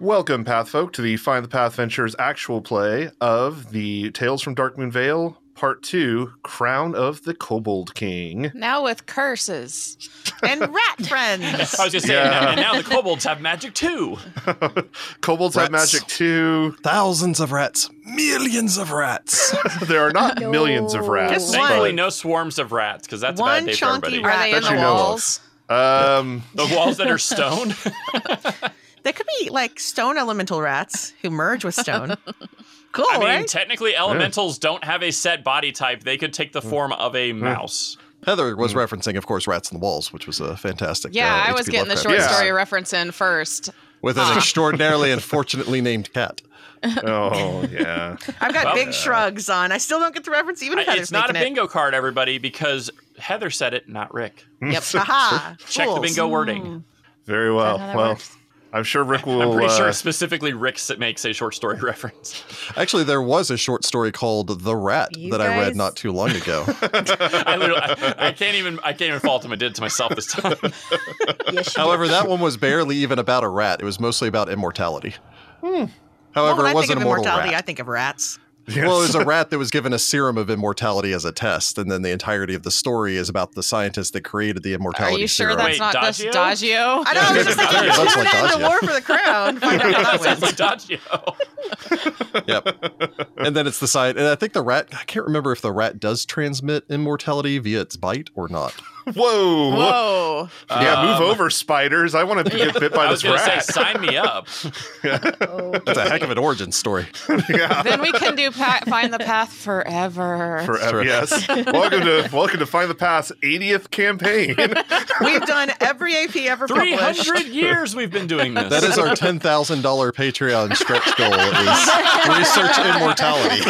Welcome, Pathfolk, to the Find the Path Ventures actual play of the Tales from Dark Moon Vale, Part 2 Crown of the Kobold King. Now with curses and rat friends. I was just saying, Yeah. and now the kobolds have magic too. Kobolds have Rats. magic too. Thousands of rats, millions of rats. There are not millions of rats. Just one. Thankfully, but, no swarms of rats because that's a bad One day chunky for rat. everybody. Are they That in the you know of. walls? Um, The walls that are stone. They could be like stone elemental rats who merge with stone. cool, I mean, right? technically, elementals don't have a set body type. They could take the form of a mouse. Heather was referencing, of course, Rats in the Walls, which was a fantastic. Yeah, uh, I was H.P. getting the Ah. Lovecraft short piece. Yeah. story reference in first. with an extraordinarily unfortunately named cat. oh, yeah. I've got Well, big shrugs on. I still don't get the reference, even if I- Heather's it's not a making it. bingo card, everybody, because Heather said it, not Rick. Yep. Haha. Check the Fools. bingo Mm. wording. Very well. Well, I'm sure Rick will. I'm pretty sure uh, specifically Rick s- makes a short story reference. Actually, there was a short story called "The Rat" You that I read guys- not too long ago. I, literally, I, I can't even I can't even fault him. I did it to myself this time. Yes, you However, that one was barely even about a rat. It was mostly about immortality. Well, Hmm. However, when it I was think an of immortal immortality, I rat. think of rats. yes. Well, it was a rat that was given a serum of immortality as a test, and then the entirety of the story is about the scientist that created the Are immortality you sure serum. that's Wait, not just Daggio? Daggio? I know. I was just thinking, That's turn like that into Dacia. War for the Crown. Find out how that Sounds went. like Daggio. yep. And then it's the science, and I think the rat. I can't remember if the rat does transmit immortality via its bite or not. Whoa. Whoa. Yeah, Um, move over, spiders. I want to get bit by I was this gonna rat. say, sign me up. It's a heck of an origin story. then we can do pa- Find the Path forever. Forever. Sure. Yes. welcome to welcome to Find the Path's 80th campaign. We've done every AP ever Three published. hundred years we've been doing this. That is our ten thousand dollar Patreon stretch goal. Is research immortality.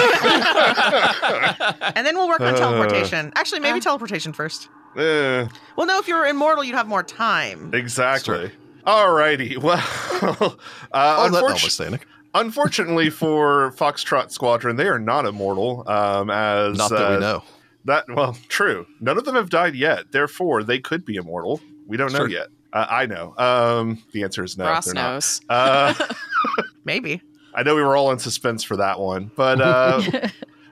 And then we'll work Uh. on teleportation. Actually, Uh. maybe teleportation first. Eh, Well, no, if you were immortal, you'd have more time. exactly. Alrighty. Well, uh, Oh, that unfortunately, notwithstanding, unfortunately for Foxtrot Squadron, they are not immortal. Um, as not that we uh, know. That well, true. None of them have died yet. Therefore, they could be immortal. We don't know Sure. yet. Uh, I know. Um, the answer is no. Ross they're not. knows. Uh, Maybe. I know we were all in suspense for that one, but uh,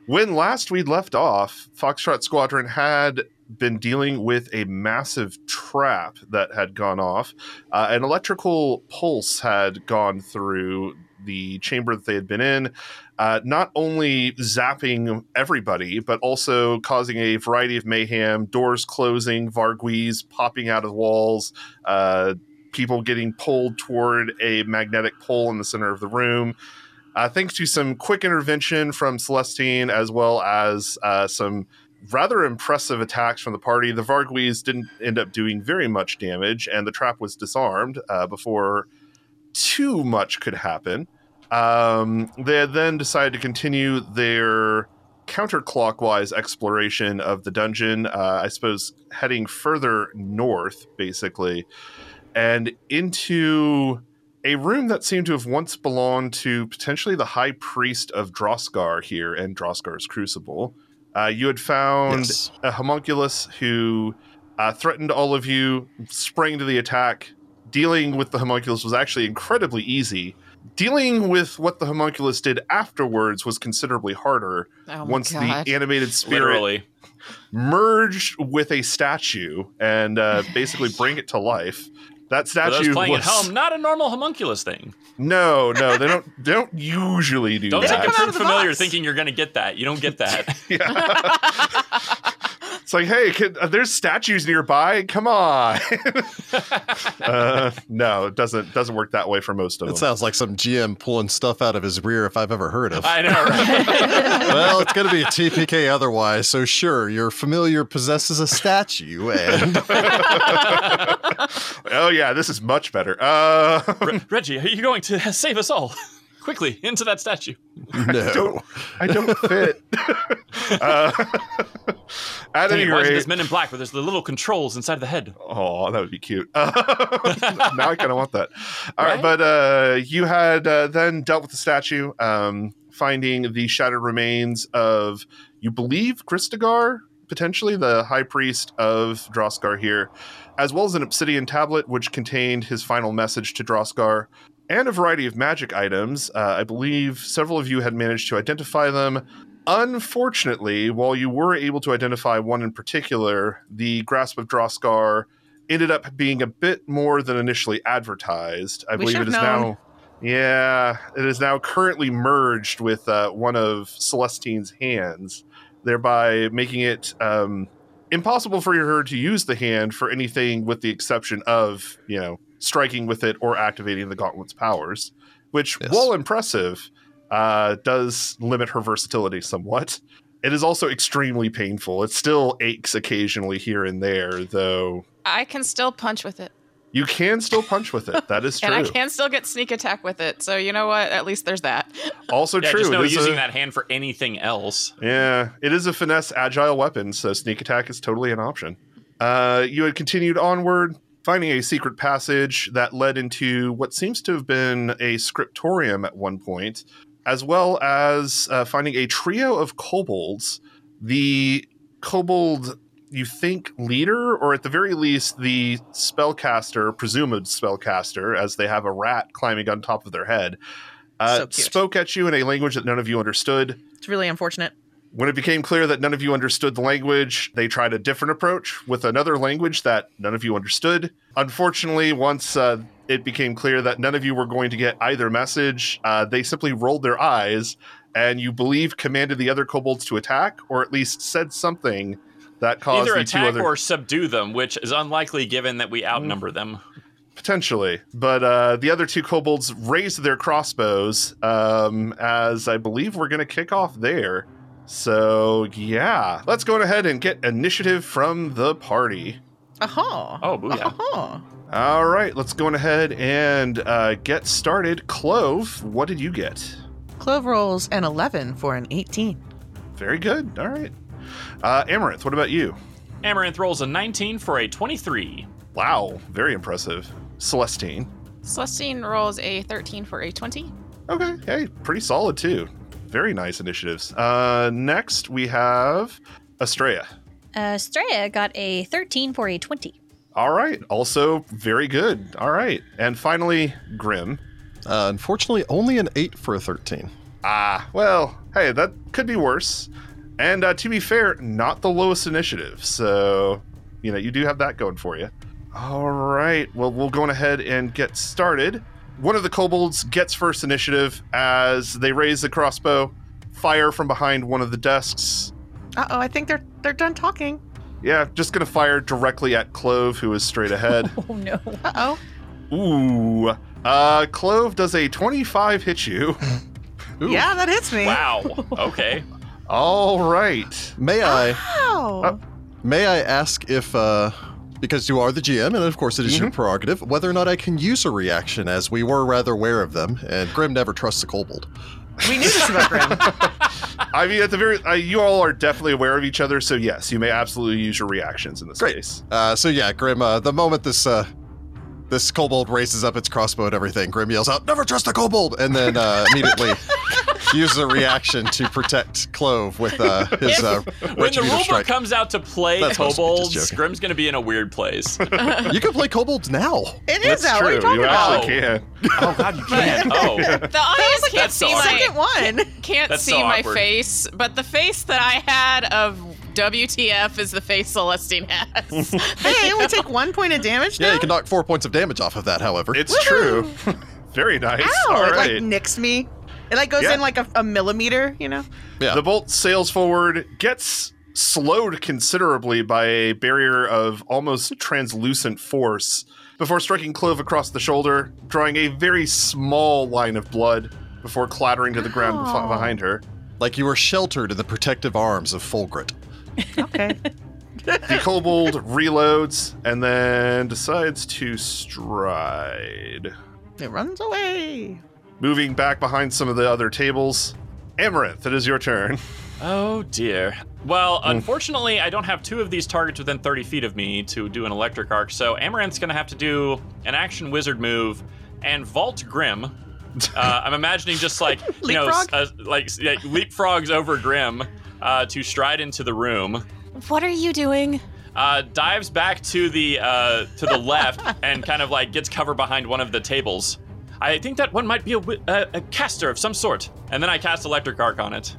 when last we left off, Foxtrot Squadron had been dealing with a massive trap that had gone off. Uh, an electrical pulse had gone through the chamber that they had been in, uh, not only zapping everybody, but also causing a variety of mayhem doors closing, Varguis popping out of walls, uh, people getting pulled toward a magnetic pole in the center of the room. Uh, thanks to some quick intervention from Celestine, as well as uh, some rather impressive attacks from the party, the Varguis didn't end up doing very much damage, and the trap was disarmed uh, before too much could happen. Um, they had then decided to continue their counterclockwise exploration of the dungeon, uh, I suppose heading further north, basically, and into a room that seemed to have once belonged to potentially the high priest of Droskar here in Droskar's Crucible. Uh, you had found Yes. a homunculus who uh, threatened all of you, sprang to the attack. Dealing with the homunculus was actually incredibly easy. Dealing with what the homunculus did afterwards was considerably harder Oh my once God. the animated spirit literally. merged with a statue and uh, basically bring it to life. That For those statue playing was at home, not a normal homunculus thing. no, no, they don't they don't usually do Don't that. take come a out fruit of the familiar box. thinking you're going to get that. You don't get that. It's like, hey, kid, uh, there's statues nearby. Come on. uh, no, it doesn't doesn't work that way for most of It them. sounds like some GM pulling stuff out of his rear if I've ever heard of. I know, right? well, it's going to be a TPK otherwise. So sure, your familiar possesses a statue, and oh yeah, this is much better. Uh, Re- Reggie, are you going to save us all? Quickly, into that statue. no, Uh, I don't fit. uh, at Dang, any why isn't rate, this Men in Black where there's the little controls inside the head? Oh, that would be cute. now I kind of want that. All right, Right? but uh, you had uh, then dealt with the statue, um, finding the shattered remains of, you believe, Christagar, potentially the high priest of Droskar here, as well as an obsidian tablet which contained his final message to Droskar, and a variety of magic items. Uh, I believe several of you had managed to identify them. Unfortunately, while you were able to identify one in particular, the grasp of Droskar ended up being a bit more than initially advertised. I We believe it should've is known. now. Yeah, it is now currently merged with uh, one of Celestine's hands, thereby making it um, impossible for her to use the hand for anything with the exception of, you know, striking with it or activating the gauntlet's powers, which, Yes. while impressive, uh, does limit her versatility somewhat. It is also extremely painful. It still aches occasionally here and there, though I can still punch with it, you can still punch with it. That is true. and I can still get sneak attack with it. So you know what? At least there's that. Also yeah, true. just no it is using a- that hand for anything else. Yeah, it is a finesse agile weapon, so sneak attack is totally an option. Uh, you had continued onward, finding a secret passage that led into what seems to have been a scriptorium at one point, as well as uh, finding a trio of kobolds. The kobold, you think, leader, or at the very least, the spellcaster, presumed spellcaster, as they have a rat climbing on top of their head, uh, So cute. spoke at you in a language that none of you understood. It's really unfortunate. When it became clear that none of you understood the language, they tried a different approach with another language that none of you understood. Unfortunately, once uh, it became clear that none of you were going to get either message, uh, they simply rolled their eyes and you believe commanded the other kobolds to attack, or at least said something that caused Either the two attack other or subdue them, which is unlikely given that we outnumber them. potentially. But uh, the other two kobolds raised their crossbows, um, as I believe we're going to kick off there. So yeah, let's go ahead and get initiative from the party. Uh-huh. Oh, booyah. Uh-huh. All right, let's go on ahead and uh, get started. Clove, what did you get? Clove rolls an 11 for an 18. Very good. All right. Uh, Amaranth, what about you? Amaranth rolls a 19 for a 23. Wow, very impressive. Celestine. Celestine rolls a 13 for a 20. Okay, hey, pretty solid too. Very nice initiatives. Uh, next, we have Astrea. Uh, Straya got a 13 for a 20. All right. Also very good. All right. And finally, Grim. Uh, unfortunately, only an 8 for a 13. Ah, well, hey, that could be worse. And uh, to be fair, not the lowest initiative. So, you know, you do have that going for you. All right. Well, we'll go on ahead and get started. One of the kobolds gets first initiative as they raise the crossbow, fire from behind one of the desks. Uh-oh, I think they're they're done talking. Yeah, just going to fire directly at Clove, who is straight ahead. Oh no. Uh-oh. Ooh. Uh, Clove does a 25 hit you. Ooh. Yeah, that hits me. Wow. Okay. All right. May I Wow. Oh. may I ask if uh because you are the GM and of course it is your prerogative whether or not I can use a reaction as we were rather aware of them and Grim never trusts a kobold. We knew this about Grim. I mean, at the very, uh, you all are definitely aware of each other, so yes, you may absolutely use your reactions in this Great. case. Uh so yeah, Grim uh, the moment this uh this kobold raises up its crossbow and everything, Grim yells out, "Never trust a kobold!" and then uh, immediately uses a reaction to protect Clove with uh, his uh, When the retributive rulebook strike. comes out to play That's supposed to be just kobolds, joking. Grim's going to be in a weird place. you can play kobolds now. It is out. What are you talking about? actually can. oh, God, you can. Oh. The audience can't That's see awesome. my Second one. can't That's see so my awkward. face, but the face that I had of WTF is the face Celestine has. Hey, we take one point of damage now? Yeah, you can knock four points of damage off of that. However, It's true. very nice. Ow! all It like right. nicks me. It like goes Yeah. in like a, a millimeter, you know? yeah. The bolt sails forward, gets slowed considerably by a barrier of almost translucent force before striking Clove across the shoulder, drawing a very small line of blood before clattering to the ground bef- Ow. behind her. like you were sheltered in the protective arms of Fulgrit. Okay. The kobold reloads and then decides to stride, it runs away. moving back behind some of the other tables. Amaranth, it is your turn. oh, dear. Well, unfortunately, I don't have two of these targets within 30 feet of me to do an electric arc, so Amaranth's going to have to do an action wizard move and vault Grim. Uh, I'm imagining just like, you know, s- uh, like yeah, leapfrogs over Grim uh, to stride into the room. What are you doing? Uh, dives back to the uh, to the left and kind of like gets cover behind one of the tables. I think that one might be a, wi- a, a caster of some sort. And then I cast electric arc on it.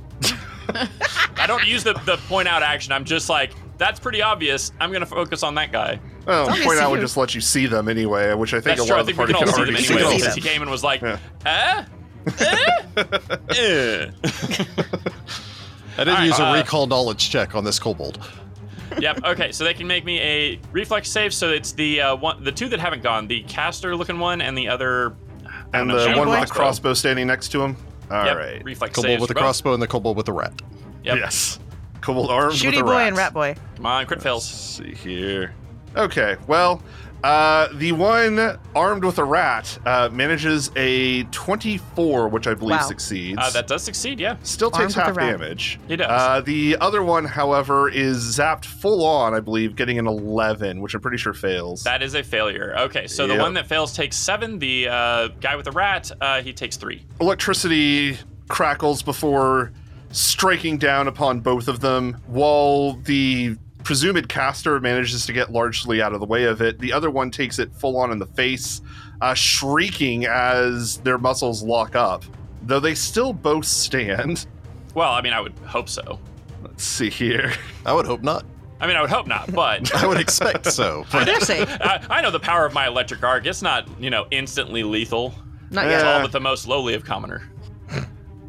I don't use the, the point out action. I'm just like, that's pretty obvious. I'm gonna focus on that guy. Oh, obvious point to out would you. just let you see them anyway, which I think That's a true. lot I of the think we party can all can see them already see. anyway. them. Since he came and was like, Yeah. eh? Eh? Eh. I didn't All right, use uh, a recall knowledge check on this kobold. yep. Okay. So they can make me a reflex save. So it's the uh, one, the two that haven't gone, the caster looking one, and the other. I don't And know, the shadow one with the boy? crossbow standing next to him. All Yep, right. Reflex Kobold save. with the crossbow and the kobold with the rat. Yep. Yes. Kobold armed with Shooty a boy rat. and rat boy. Come on, crit fails. Let's see here. Okay, well, uh, the one armed with a rat uh, manages a 24, which I believe Wow. succeeds. Uh, that does succeed. Yeah. Still takes Armed with a half rat. damage. He does. Uh, the other one, however, is zapped full on, I believe, getting an 11, which I'm pretty sure fails. That is a failure. Okay. So the Yep. one that fails takes seven. The uh, guy with the rat, uh, he takes three. electricity crackles before striking down upon both of them while the presumed caster manages to get largely out of the way of it the other one takes it full on in the face uh, shrieking as their muscles lock up though they still both stand Well, I mean, I would hope so. let's see here I would hope not. I mean, I would hope not, but. I would expect so. I But dare say. I, I know the power of my electric arc. It's not, you know, instantly lethal. Not It's yet. all but the most lowly of commoner.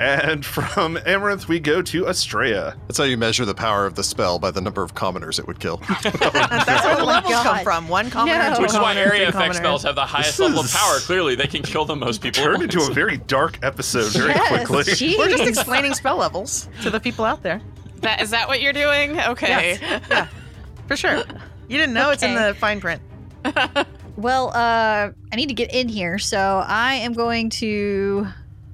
and from amaranth we go to astrea that's how you measure the power of the spell by the number of commoners it would kill. That's where the Oh my levels come God. from. One commoner, No. two Which is why commoners, three area effect commoners. spells have the highest This level of is- power. Clearly, they can kill the most people. at turned into once. a very dark episode very yes, quickly Jeez. We're just explaining spell levels to the people out there. That is that what you're doing? Okay. Yes. Yeah. For sure. You didn't know it's in Okay. the fine print. Well, uh, I need to get in here, so I am going to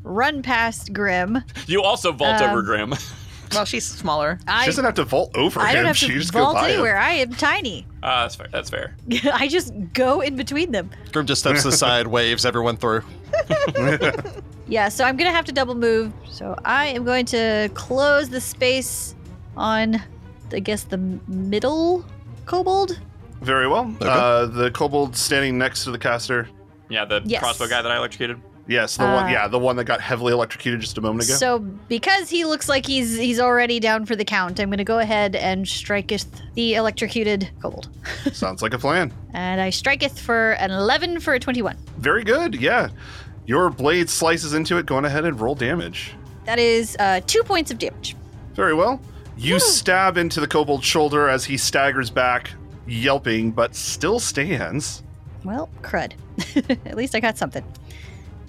run past Grim. You also vault Um, over Uh, Grim. Well, she's smaller. she I doesn't have to vault over I him don't have she to just vault go by him. anywhere. I am tiny. Uh, that's fair. That's fair. I just go in between them. Grim just steps aside, waves everyone through. Yeah, so I'm gonna have to double move. So I am going to close the space on, I guess, the middle kobold. very well Okay. uh, the kobold standing next to the caster Yeah, the Yes. crossbow guy that I electrocuted. Yes, the Uh, one. Yeah, the one that got heavily electrocuted just a moment ago. So because he looks like he's he's already down for the count, I'm gonna go ahead and striketh the electrocuted kobold. Sounds like a plan. And I striketh for an 11 for a 21. Very good. Yeah, your blade slices into it. Go on ahead and roll damage. That is uh, two points of damage. Very well. You stab into the kobold's shoulder as he staggers back, yelping, but still stands. Well, crud. At least I got something.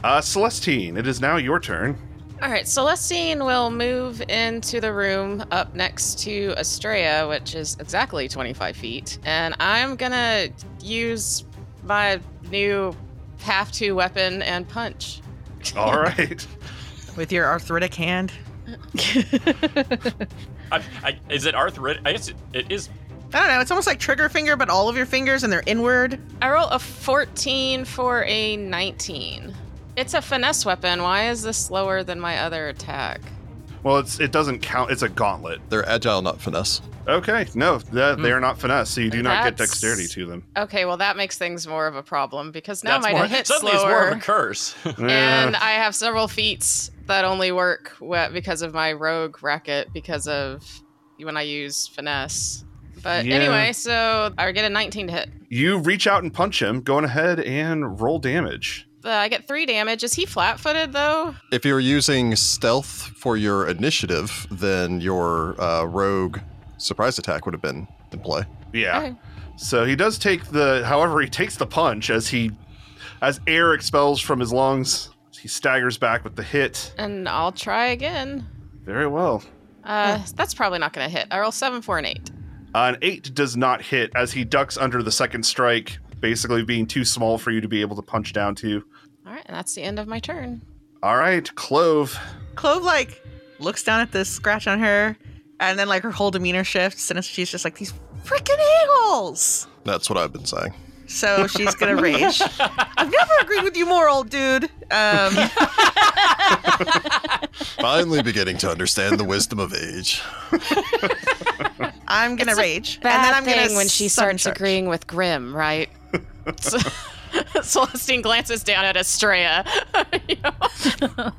Uh, Celestine, it is now your turn. All right. Celestine will move into the room up next to Astrea, which is exactly 25 feet, and I'm gonna use my new half two weapon and punch. All right. With your arthritic hand. I, I, is it arthritic? I guess it, it is. I don't know. It's almost like trigger finger, but all of your fingers and they're inward. I roll a 14 for a 19. It's a finesse weapon. Why is this lower than my other attack? Well, it's it doesn't count. It's a gauntlet. They're agile, not finesse. Okay. No, th- Hmm. they are not finesse, so you do not get That's- dexterity to them. Okay, well that makes things more of a problem because now that's my more, hit's suddenly it's more slower, of a curse. and Eh, I have several feats that only work wh- because of my rogue racket because of when I use finesse. But Yeah. anyway, so I get a 19 to hit. you reach out and punch him. Go on ahead and roll damage. Uh, I get three damage. Is he flat-footed though? If you're using stealth for your initiative, then your uh, rogue surprise attack would have been in play. Yeah. Okay. So he does take the, however, he takes the punch as he, as air expels from his lungs. He staggers back with the hit. And I'll try again. Very well. Uh, Hmm. That's probably not going to hit. I roll seven, four, and eight. An eight does not hit as he ducks under the second strike, basically being too small for you to be able to punch down to. All right, and that's the end of my turn. All right, Clove. Clove, like, looks down at the scratch on her, and then, like, her whole demeanor shifts, and she's just like, these freaking a-holes. That's what I've been saying. So she's going to rage. I've never agreed with you more, old dude. Um, Finally beginning to understand the wisdom of age. I'm gonna It's a rage, Bad and then I'm thing gonna when she sun starts charge. agreeing with Grim, right? So- Celestine glances down at Estrella. You know?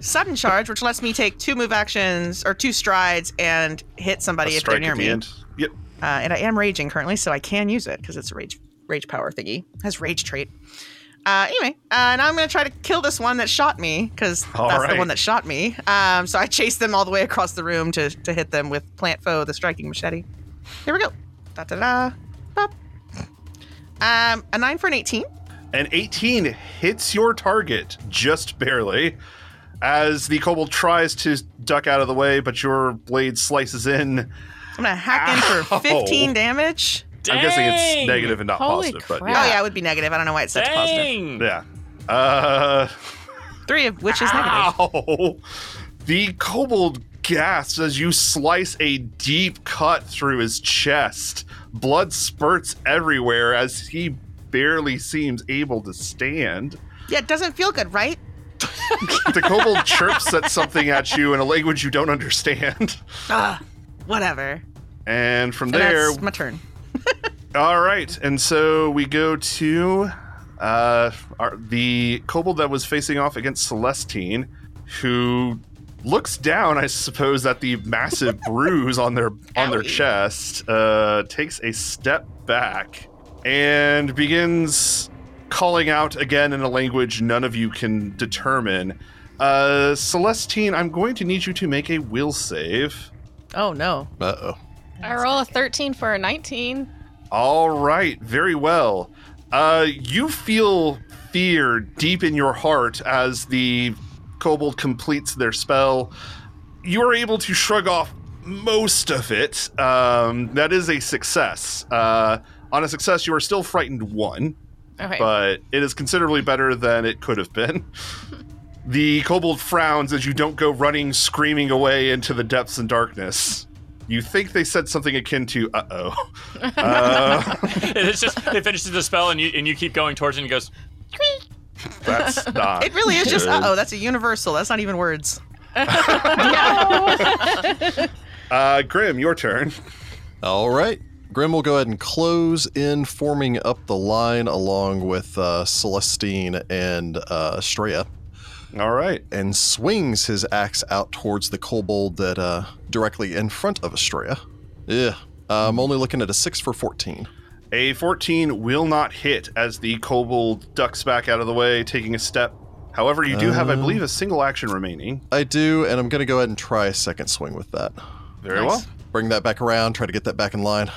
Sudden charge, which lets me take two move actions or two strides and hit A somebody if they're strike near at the me. end. Yep. Uh, and I am raging currently, so I can use it because it's a rage rage power thingy. Has rage trait. Uh, anyway, uh, now I'm gonna try to kill this one that shot me because that's All the right. one that shot me. Um, so I chase them all the way across the room to to hit them with plant foe, the striking machete. Here we go. Da da da. Bop. Um, a nine for an eighteen. An 18 hits your target just barely as the kobold tries to duck out of the way, but your blade slices in. I'm gonna hack in for Ow. 15 damage. I'm guessing Dang! it's negative and not Holy positive, but crap. yeah. Oh yeah, it would be negative. I don't know why it's such positive. Dang! Yeah. Uh, Three of which is negative. ow! The kobold gasps as you slice a deep cut through his chest. Blood spurts everywhere as he barely seems able to stand. Yeah, it doesn't feel good, right? The kobold chirps at something at you in a language you don't understand. Ah, whatever. And from And there, that's my turn. all right. And so we go to uh, our, the kobold that was facing off against Celestine, who looks down, I suppose, at the massive bruise on their on their Owie. chest, uh, takes a step back, and begins calling out again in a language none of you can determine. Uh, Celestine, I'm going to need you to make a will save. Oh no. Uh oh. I roll a 13 for a 19. All right, very well. Uh, you feel fear deep in your heart as the kobold completes their spell. You are able to shrug off most of it. Um, that is a success. Uh, on a success, you are still frightened one, Okay. but it is considerably better than it could have been. The kobold frowns as you don't go running screaming away into the depths and darkness. You think they said something akin to "uh oh." Uh, it's just it finishes the spell and you and you keep going towards it and it goes. That's not. It really is just good. uh oh, that's a universal. That's not even words. Uh, Grim, your turn. All right. Grim will go ahead and close in, forming up the line along with uh, Celestine and uh, Estrella, All right. and swings his axe out towards the kobold that uh, directly in front of Estrella. Yeah. I'm only looking at a six for 14. A 14 will not hit as the kobold ducks back out of the way, taking a step. However, you do have, I Uh. believe, a single action remaining. I do, and I'm going to go ahead and try a second swing with that. Very Nice. well. Bring that back around, try to get that back in line.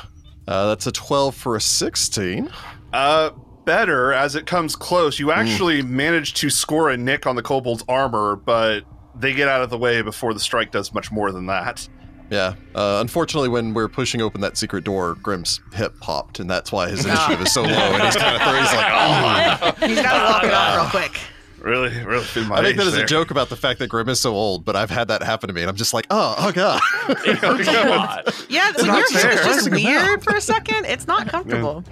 Uh, that's a 12 for a 16. Uh, better as it comes close. You Hmm. actually manage to score a nick on the kobold's armor, but they get out of the way before the strike does much more than that. Yeah. Uh, unfortunately, when we're pushing open that secret door, Grim's hip popped, and that's why his Ah. initiative is so low. And he's kind of thrown. He's like, oh. He's gotta walk it off real quick. Really, really. through my I think age that is there. a joke about the fact that Grim is so old, but I've had that happen to me, and I'm just like, oh, oh god. It hurts a lot. Yeah, when not your hair is fair. just weird for a second, it's not comfortable.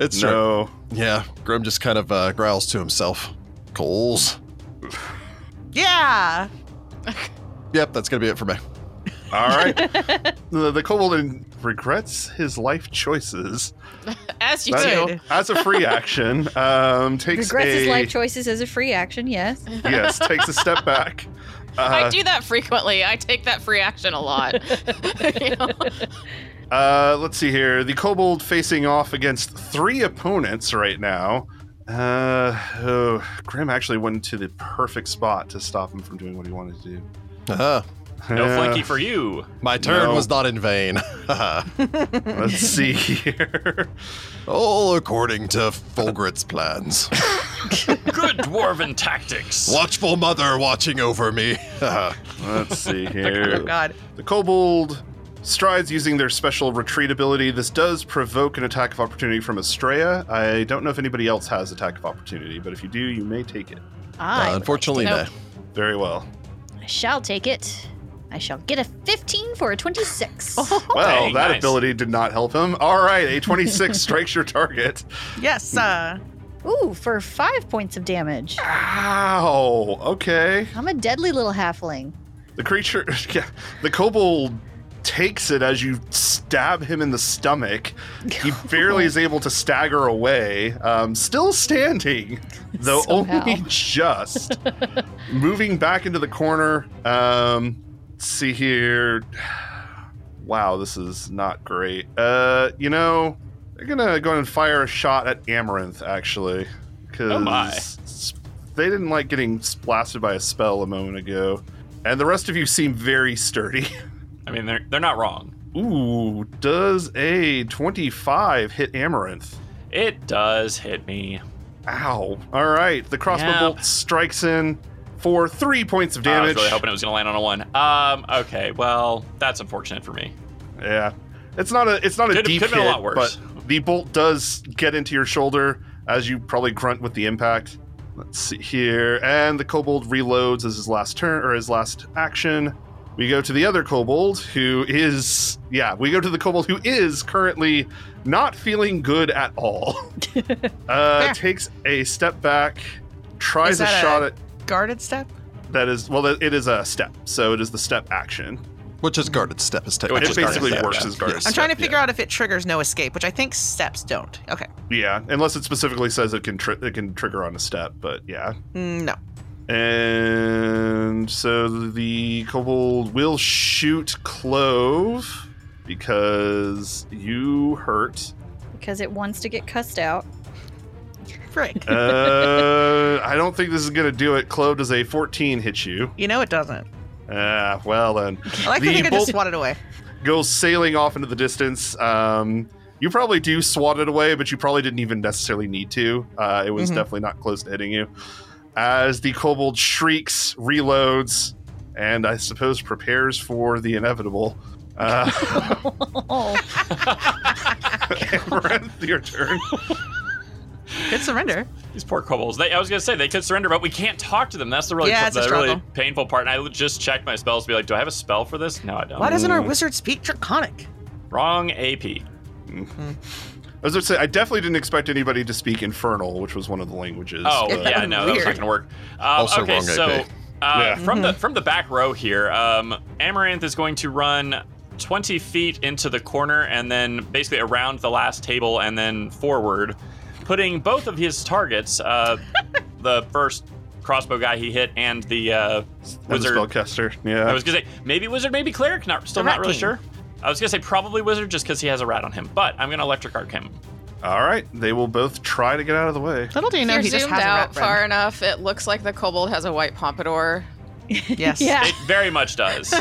it's true. No. Yeah. Grim just kind of uh, growls to himself. Coals. Yeah. Oh, Yep, that's gonna be it for me. All right. the, the kobold in- regrets his life choices. As you That's- do. Good. As a free action, um, takes Regrets a his life choices as a free action, yes. yes, takes a step back. I Uh, do that frequently. I take that free action a lot. You know? uh, let's see here. The kobold facing off against three opponents right now. Uh, oh, Grim actually went to the perfect spot to stop him from doing what he wanted to do. Uh-huh. No Uh, flanky for you. My turn No. was not in vain. Let's see here. All according to Fulgrit's plans. Good dwarven tactics. Watchful mother watching over me. Let's see Oh here. god. The kobold strides using their special retreat ability. This does provoke an attack of opportunity from Estrella. I don't know if anybody else has attack of opportunity, but if you do, you may take it. Uh, I unfortunately, Nope. no. Very well. I shall take it. I shall get a 15 for a 26. Well, Dang, that nice. ability did not help him. All right, a 26 strikes your target. Yes, uh Ooh, for five points of damage. Ow. Okay. I'm a deadly little halfling. The creature, yeah, the kobold takes it as you stab him in the stomach. He barely is able to stagger away, um, still standing, though Somehow. only just. Moving back into the corner. Um, let's see here. Wow, this is not great. Uh, you know, they're gonna go and fire a shot at Amaranth actually, because Oh my. they didn't like getting blasted by a spell a moment ago. And the rest of you seem very sturdy. I mean, they're they're not wrong. Ooh, does a 25 hit Amaranth? It does hit me. Ow. All right. The crossbow Yep. bolt strikes in for three points of I was damage. really hoping it was gonna land on a one. Um, okay, well, that's unfortunate for me. yeah. It's not a it's not a Could- deep could've been a hit, lot worse. but the bolt does get into your shoulder as you probably grunt with the impact. Let's see here. And the kobold reloads as his last turn or his last action. We go to the other kobold who is yeah, we go to the kobold who is currently not feeling good at all. uh Fair. takes a step back, tries Is a that a- shot at Guarded step? that is well it is a step, so it is the step action. Which is guarded step is technically. Which it is guarded basically step, works yeah. as guarded I'm step. trying to yeah. figure out if it triggers no escape, which I think steps don't. Okay. Yeah, unless it specifically says it can tri- it can trigger on a step, but yeah. Mm, No. And so the kobold will shoot Clove because you hurt. because it wants to get cussed out. Frick. Uh, I don't think this is gonna do it. Clove does a 14 hit you. You know it doesn't. Ah, well then, I like to The think I bolt- just swat it away. goes sailing off into the distance. Um, you probably do swat it away, but you probably didn't even necessarily need to. Uh, it was Mhm. definitely not close to hitting you. As the kobold shrieks, reloads, and I suppose prepares for the inevitable. Uh, Oh, Amaranth, your turn. Good surrender. These poor kobolds. They, I was gonna say they could surrender, but we can't talk to them. That's the really Yeah, it's a the really struggle. painful part. And I just checked my spells to be like, do I have a spell for this? No, I don't. Why Um, doesn't our wizard speak draconic? Wrong AP. I was going to say, I definitely didn't expect anybody to speak Infernal, which was one of the languages. Oh but- yeah, no, that was not Weird. gonna work. Um, Also okay, wrong so uh, AP. Yeah. from the from the back row here, um, Amaranth is going to run 20 feet into the corner and then basically around the last table and then forward, putting both of his targets, uh, the first crossbow guy he hit and the uh, And the wizard spellcaster. Yeah. I was gonna say maybe wizard, maybe cleric. Not still The rat not really king. sure. I was gonna say probably wizard just because he has a rat on him. But I'm gonna electric arc him. All right. They will both try to get out of the way. Little do you If know you're he just zoomed has a rat out friend. far enough, it looks like the kobold has a white pompadour. Yes. Yeah. It very much does.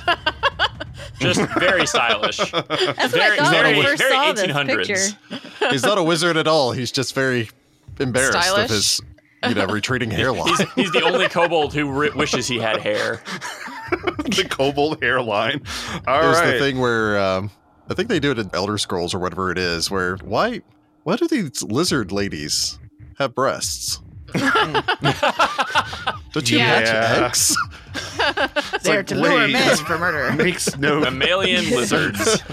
just very stylish. that's what very I thought when very I first very saw 1800s. this picture. He's not a wizard at all. He's just very embarrassed Stylish. of his, you know, retreating hairline. He's, he's the only kobold who re- wishes he had hair. the kobold hairline. All right. There's the thing where um, I think they do it in Elder Scrolls or whatever it is, where why why do these lizard ladies have breasts? Don't you Yeah. hatch eggs? They're like, to lure wait. men for murder. Makes no Mammalian lizards.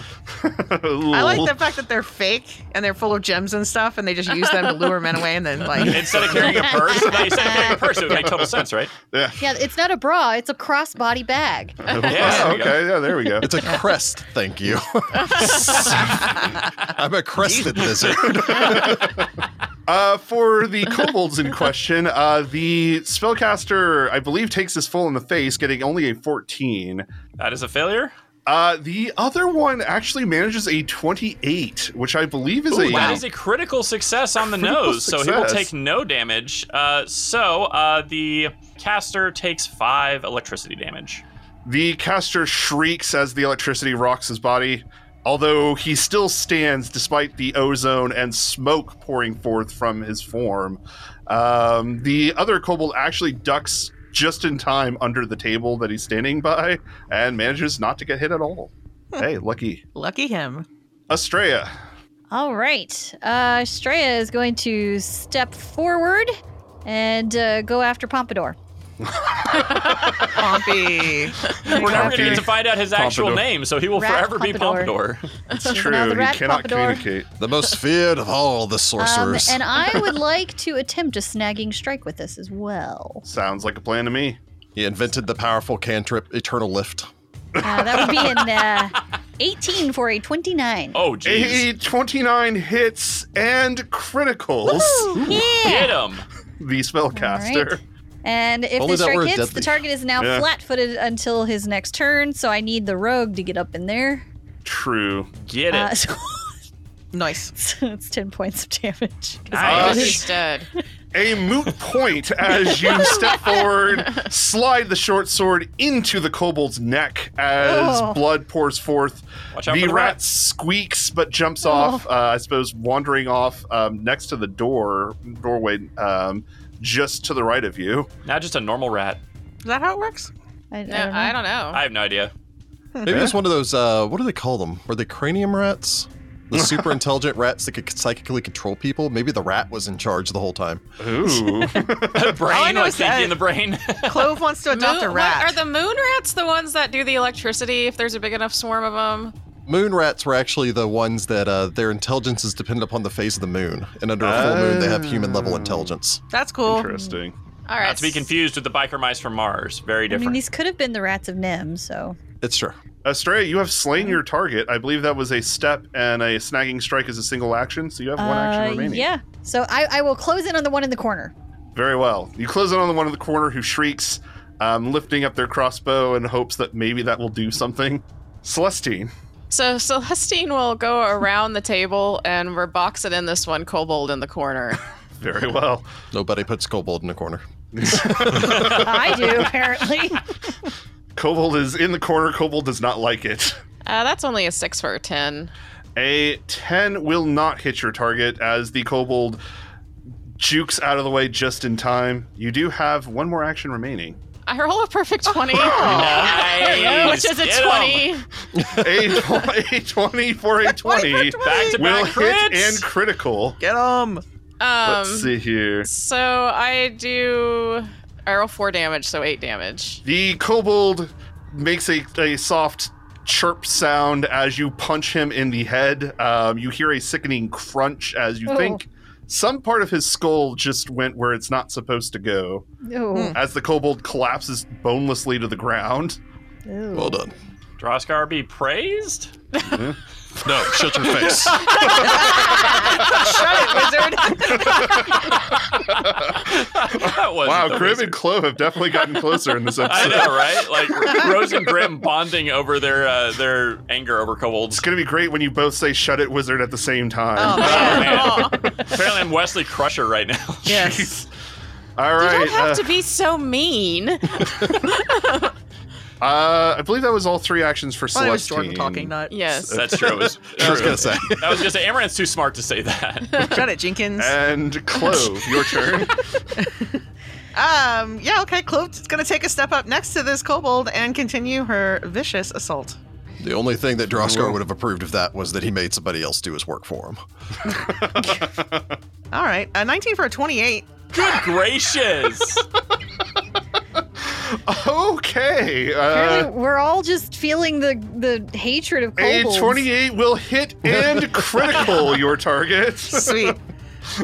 I like the fact that they're fake and they're full of gems and stuff, and they just use them to lure men away, and then like Instead of carrying a purse, they instead of carrying a purse, it would make total sense, right? Yeah. Yeah, it's not a bra; it's a crossbody bag. Wow, there we go. okay. Yeah. There we go. It's a crest, thank you. I'm a crested lizard. Uh, for the kobolds in question, uh, the spellcaster, I believe, takes this full in the face, getting only a 14. That is a failure. Uh, the other one actually manages a 28, which I believe is Ooh, a. That is a critical success on the Critical nose, so he will success. take no damage. Uh, so uh, the caster takes five electricity damage. The caster shrieks as the electricity rocks his body, although he still stands despite the ozone and smoke pouring forth from his form. Um, the other kobold actually ducks just in time under the table that he's standing by and manages not to get hit at all. Hmm. hey, lucky. lucky him. Astrea. All right, uh, Straya is going to step forward and uh, go after Pompadour. Pompey. We're never going to Pompey. get to find out his actual Pompadour. name, so he will Rat forever be Pompadour. Pompadour. It's She's true. now the You rat cannot pompadour. communicate. The most feared of all the Um, sorcerers. and I would like to attempt a snagging strike with this as well. Sounds like a plan to me. he invented the powerful cantrip Eternal Lift. Uh, that would be in uh, 18 for a 29. Oh, jeez. A 29 hits and criticals. Woohoo! Yeah. Get him. The spellcaster. Alright. And if Only the that strike word hits, deadly. the target is now Yeah. flat-footed until his next turn. So I need the rogue to get up in there. True. Get it. Uh, so, Nice. so it's ten points of damage. 'Cause Nice. Because he's dead. A moot point as you step forward, slide the short sword into the kobold's neck as Oh. blood pours forth. Watch out The for rat the rats. squeaks but Oh. jumps off, uh, I suppose, wandering off um, next to the door, doorway um, just to the right of you. Not just a normal rat. Is that how it works? I, I No, don't know. I don't know. I have no idea. Maybe it's one of those. Uh, what do they call them? Were they cranium rats? The super intelligent rats that could psychically control people. Maybe the rat was in charge the whole time. Ooh. brain, know like is that- Pinky in the brain. Clove wants to adopt a Moon- rat. What, are the moon rats the ones that do the electricity if there's a big enough swarm of them? Moon rats were actually the ones that uh, their intelligence is dependent upon the phase of the moon, and under a full moon they have human level intelligence. That's cool. Interesting. All right. Not to be confused with the biker mice from Mars. Very I mean, different. these could have been the rats of Nem. So It's true. Astrea, you have slain your target. I believe that was a step and a snagging strike is a single action, so you have one Uh, action remaining. yeah. So I, I will close in on the one in the corner. Very well. You close in on the one in the corner who shrieks, um, lifting up their crossbow in hopes that maybe that will do something. Celestine. So Celestine will go around the table and we're boxing in this one kobold in the corner. Very well. Nobody puts kobold in a corner. I do apparently. Kobold is in the corner. Kobold does not like it. Uh, that's only a six for a ten. A 10 will not hit your target as the kobold jukes out of the way just in time. You do have one more action remaining. I roll a perfect twenty, Nice. which is a Get 'em. twenty. A, tw- a 20 for a 20 Back to will back hit crits. and critical. Get him. Um, Let's see here. So I do. I roll four damage, so eight damage. The kobold makes a, a soft chirp sound as you punch him in the head. Um, you hear a sickening crunch as you Oh. think some part of his skull just went where it's not supposed to go Ooh. as the kobold collapses bonelessly to the ground. Ooh. Well done. Droskar be praised? Hmm? No, shut your face. Shut it, wizard. that was Wow, the Grim wizard. and Clove have definitely gotten closer in this I episode. know, right? Like Rose and Grim bonding over their uh, their anger over kobolds. It's going to be great when you both say shut it, wizard, at the same time. Oh, Oh, man. man. Apparently, I'm Wesley Crusher right now. Jeez. All You right. don't have uh, to be so mean. uh, I believe that was all three actions for Well, it was Celestine. Jordan talking, not. Yes. Uh, That's true. It was, I was true. gonna say. I was gonna say, Amaranth's too smart to say that. Shut it, Jenkins. Eh. And Clove, your turn. Um, yeah, okay. Clove's going to take a step up next to this kobold and continue her vicious assault. The only thing that Droskar would have approved of that was that he made somebody else do his work for him. All right. A 19 for a 28. Good gracious! Okay. Uh, Apparently, we're all just feeling the the hatred of a kobolds. 28 will hit and critical your target. Sweet.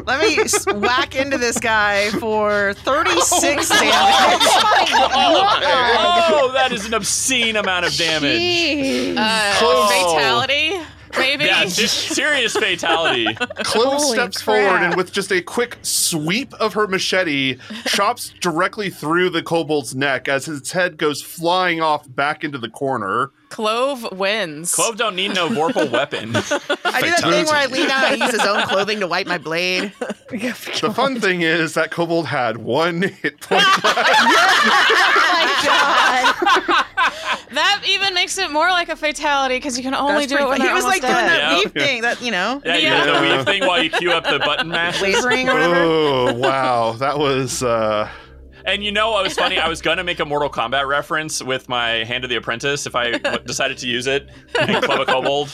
Let me s- whack into this guy for 36 damage. oh, that is an obscene amount of damage. Jeez. Uh, Close. Fatality, maybe. Yeah, se- serious fatality. Clove Holy steps crap. forward and, with just a quick sweep of her machete, chops directly through the kobold's neck as his head goes flying off back into the corner. Clove wins. Clove don't need no vorpal weapon. I do that thing where I lean out and use his own clothing to wipe my blade. The fun thing is that kobold had one hit point left. oh my god. That even makes it more like a fatality because you can only That's do it pretty when funny. they're He was like almost doing dead. that Yeah. leaf thing that, you know, Yeah, you do the weave thing while you queue up the button mashes. wavering or whatever. Oh, wow. That was. Uh, And you know what was funny? I was gonna make a Mortal Kombat reference with my Hand of the Apprentice if I w- decided to use it. And Clove a kobold.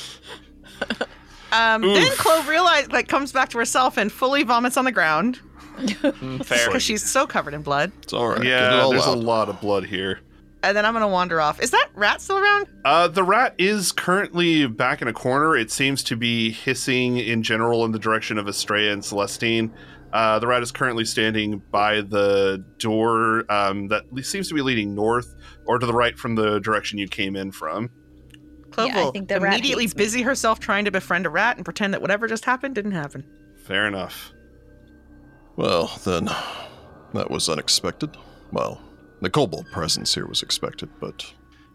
Um, then Oof. Clove realized, like, comes back to herself and fully vomits on the ground Mm, Fair. because she's so covered in blood. It's all right. Get it yeah, all there's out. a lot of blood here. And then I'm gonna wander off. Is that rat still around? Uh, the rat is currently back in a corner. It seems to be hissing in general in the direction of Estrella and Celestine. Uh, the rat is currently standing by the door um, that le- seems to be leading north or to the right from the direction you came in from. Clovel Yeah, I think the rat immediately hates me. busy herself trying to befriend a rat and pretend that whatever just happened didn't happen. Fair enough. Well, then, that was unexpected. Well, the kobold presence here was expected, but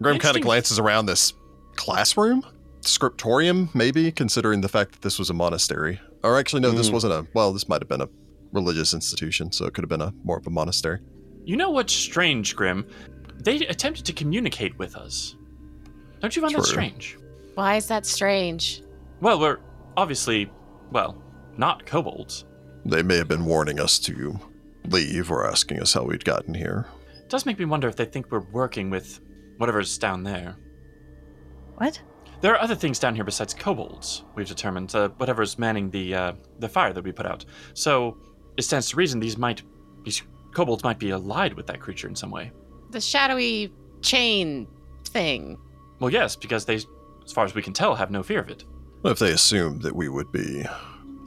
Grim kind Interesting. of glances around this classroom, scriptorium, maybe, considering the fact that this was a monastery. Or actually, no, this Mm. wasn't a. Well, this might have been a religious institution, so it could have been a more of a monastery. You know what's strange, Grim? They attempted to communicate with us. Don't you find that True. strange? Why is that strange? Well, we're obviously, well, not kobolds. They may have been warning us to leave or asking us how we'd gotten here. It does make me wonder if they think we're working with whatever's down there. What? There are other things down here besides kobolds, we've determined, uh, whatever's manning the, uh, the fire that we put out. So it stands to reason these might, these kobolds might be allied with that creature in some way. The shadowy chain thing. Well, yes, because they, as far as we can tell, have no fear of it. If they assumed that we would be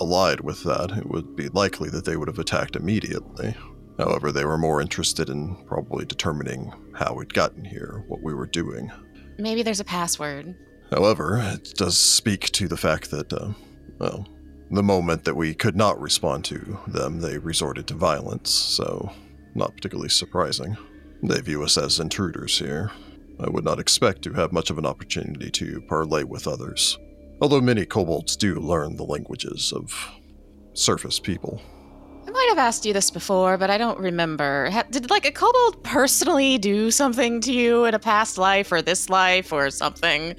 allied with that, it would be likely that they would have attacked immediately. However, they were more interested in probably determining how we'd gotten here, what we were doing. Maybe there's a password. However, it does speak to the fact that, uh, well, the moment that we could not respond to them, they resorted to violence, so not particularly surprising. They view us as intruders here. I would not expect to have much of an opportunity to parlay with others, although many kobolds do learn the languages of surface people. I might have asked you this before, but I don't remember. Ha- Did like a kobold personally do something to you in a past life or this life or something?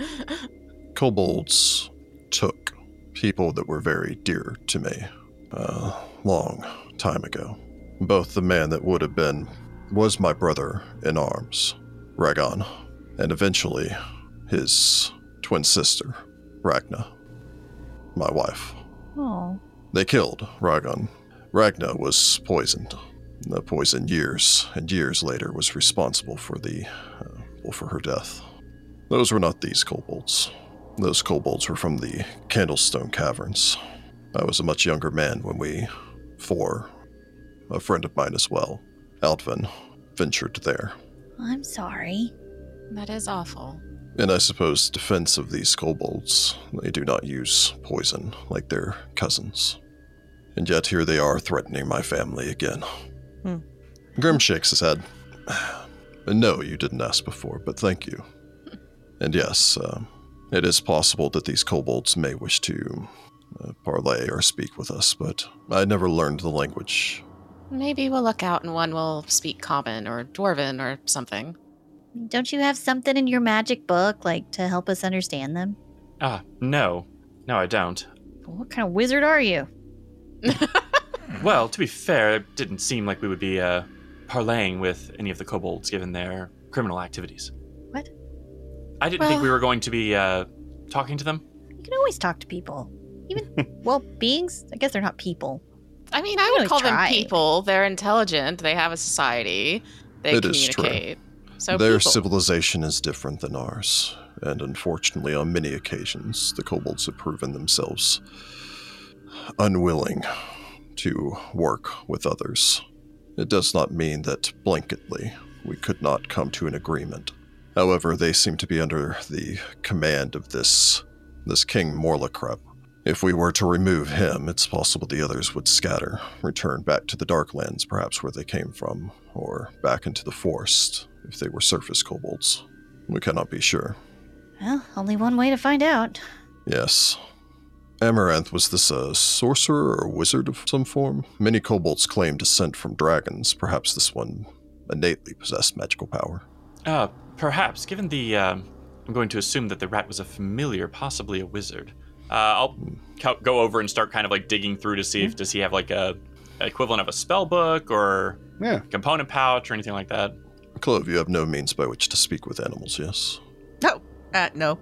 kobolds took people that were very dear to me a long time ago. Both the man that would have been was my brother in arms, Ragon, and eventually his twin sister, Ragna, my wife. Oh. They killed Ragon. Ragna was poisoned. The poison years and years later was responsible for the uh, well, for her death. Those were not these kobolds. Those kobolds were from the Candlestone Caverns. I was a much younger man when we four, a friend of mine as well, Altvin, ventured there. I'm sorry. That is awful. And I suppose defense of these kobolds, they do not use poison like their cousins. And yet here they are threatening my family again. Hmm. Grim shakes his head. And no, you didn't ask before, but thank you. And yes, um, it is possible that these kobolds may wish to uh, parlay or speak with us, but I never learned the language. Maybe we'll look out and one will speak common or dwarven or something. Don't you have something in your magic book, like, to help us understand them? Ah, no. No, I don't. What kind of wizard are you? Well, to be fair, it didn't seem like we would be uh, parlaying with any of the kobolds given their criminal activities. What? I didn't think Well- we were going to be uh, talking to them. You can always talk to people. Even, well, beings? I guess they're not people. I mean, We I can would always call try. them people. They're intelligent. They have a society. They It is true. communicate. So Their people. civilization is different than ours, and unfortunately, on many occasions, the kobolds have proven themselves unwilling to work with others. It does not mean that blanketly we could not come to an agreement. However, they seem to be under the command of this this King Morlocrep. If we were to remove him, it's possible the others would scatter, return back to the Darklands, perhaps where they came from, or back into the forest if they were surface kobolds. We cannot be sure. Well, only one way to find out. Yes. Amaranth was this a sorcerer or wizard of some form? Many kobolds claim descent from dragons. Perhaps this one innately possessed magical power. Uh, perhaps, given the. um I'm going to assume that the rat was a familiar, possibly a wizard. Uh, I'll co- go over and start kind of like digging through to see Hmm. if does he have like a equivalent of a spell book or Yeah. component pouch or anything like that. Clove, you have no means by which to speak with animals, yes? No, uh, no.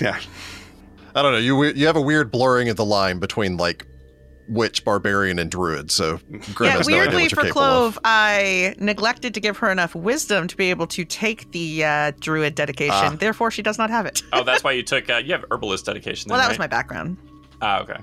Yeah. I don't know. You we- you have a weird blurring of the line between like witch, barbarian, and druid. So Grim yeah, has no idea weirdly what you're for capable of. Clove, I neglected to give her enough wisdom to be able to take the uh, druid dedication. Ah. Therefore, she does not have it. Oh, that's why you took. Uh, you have herbalist dedication. well, then, that was my background. right? Ah, okay.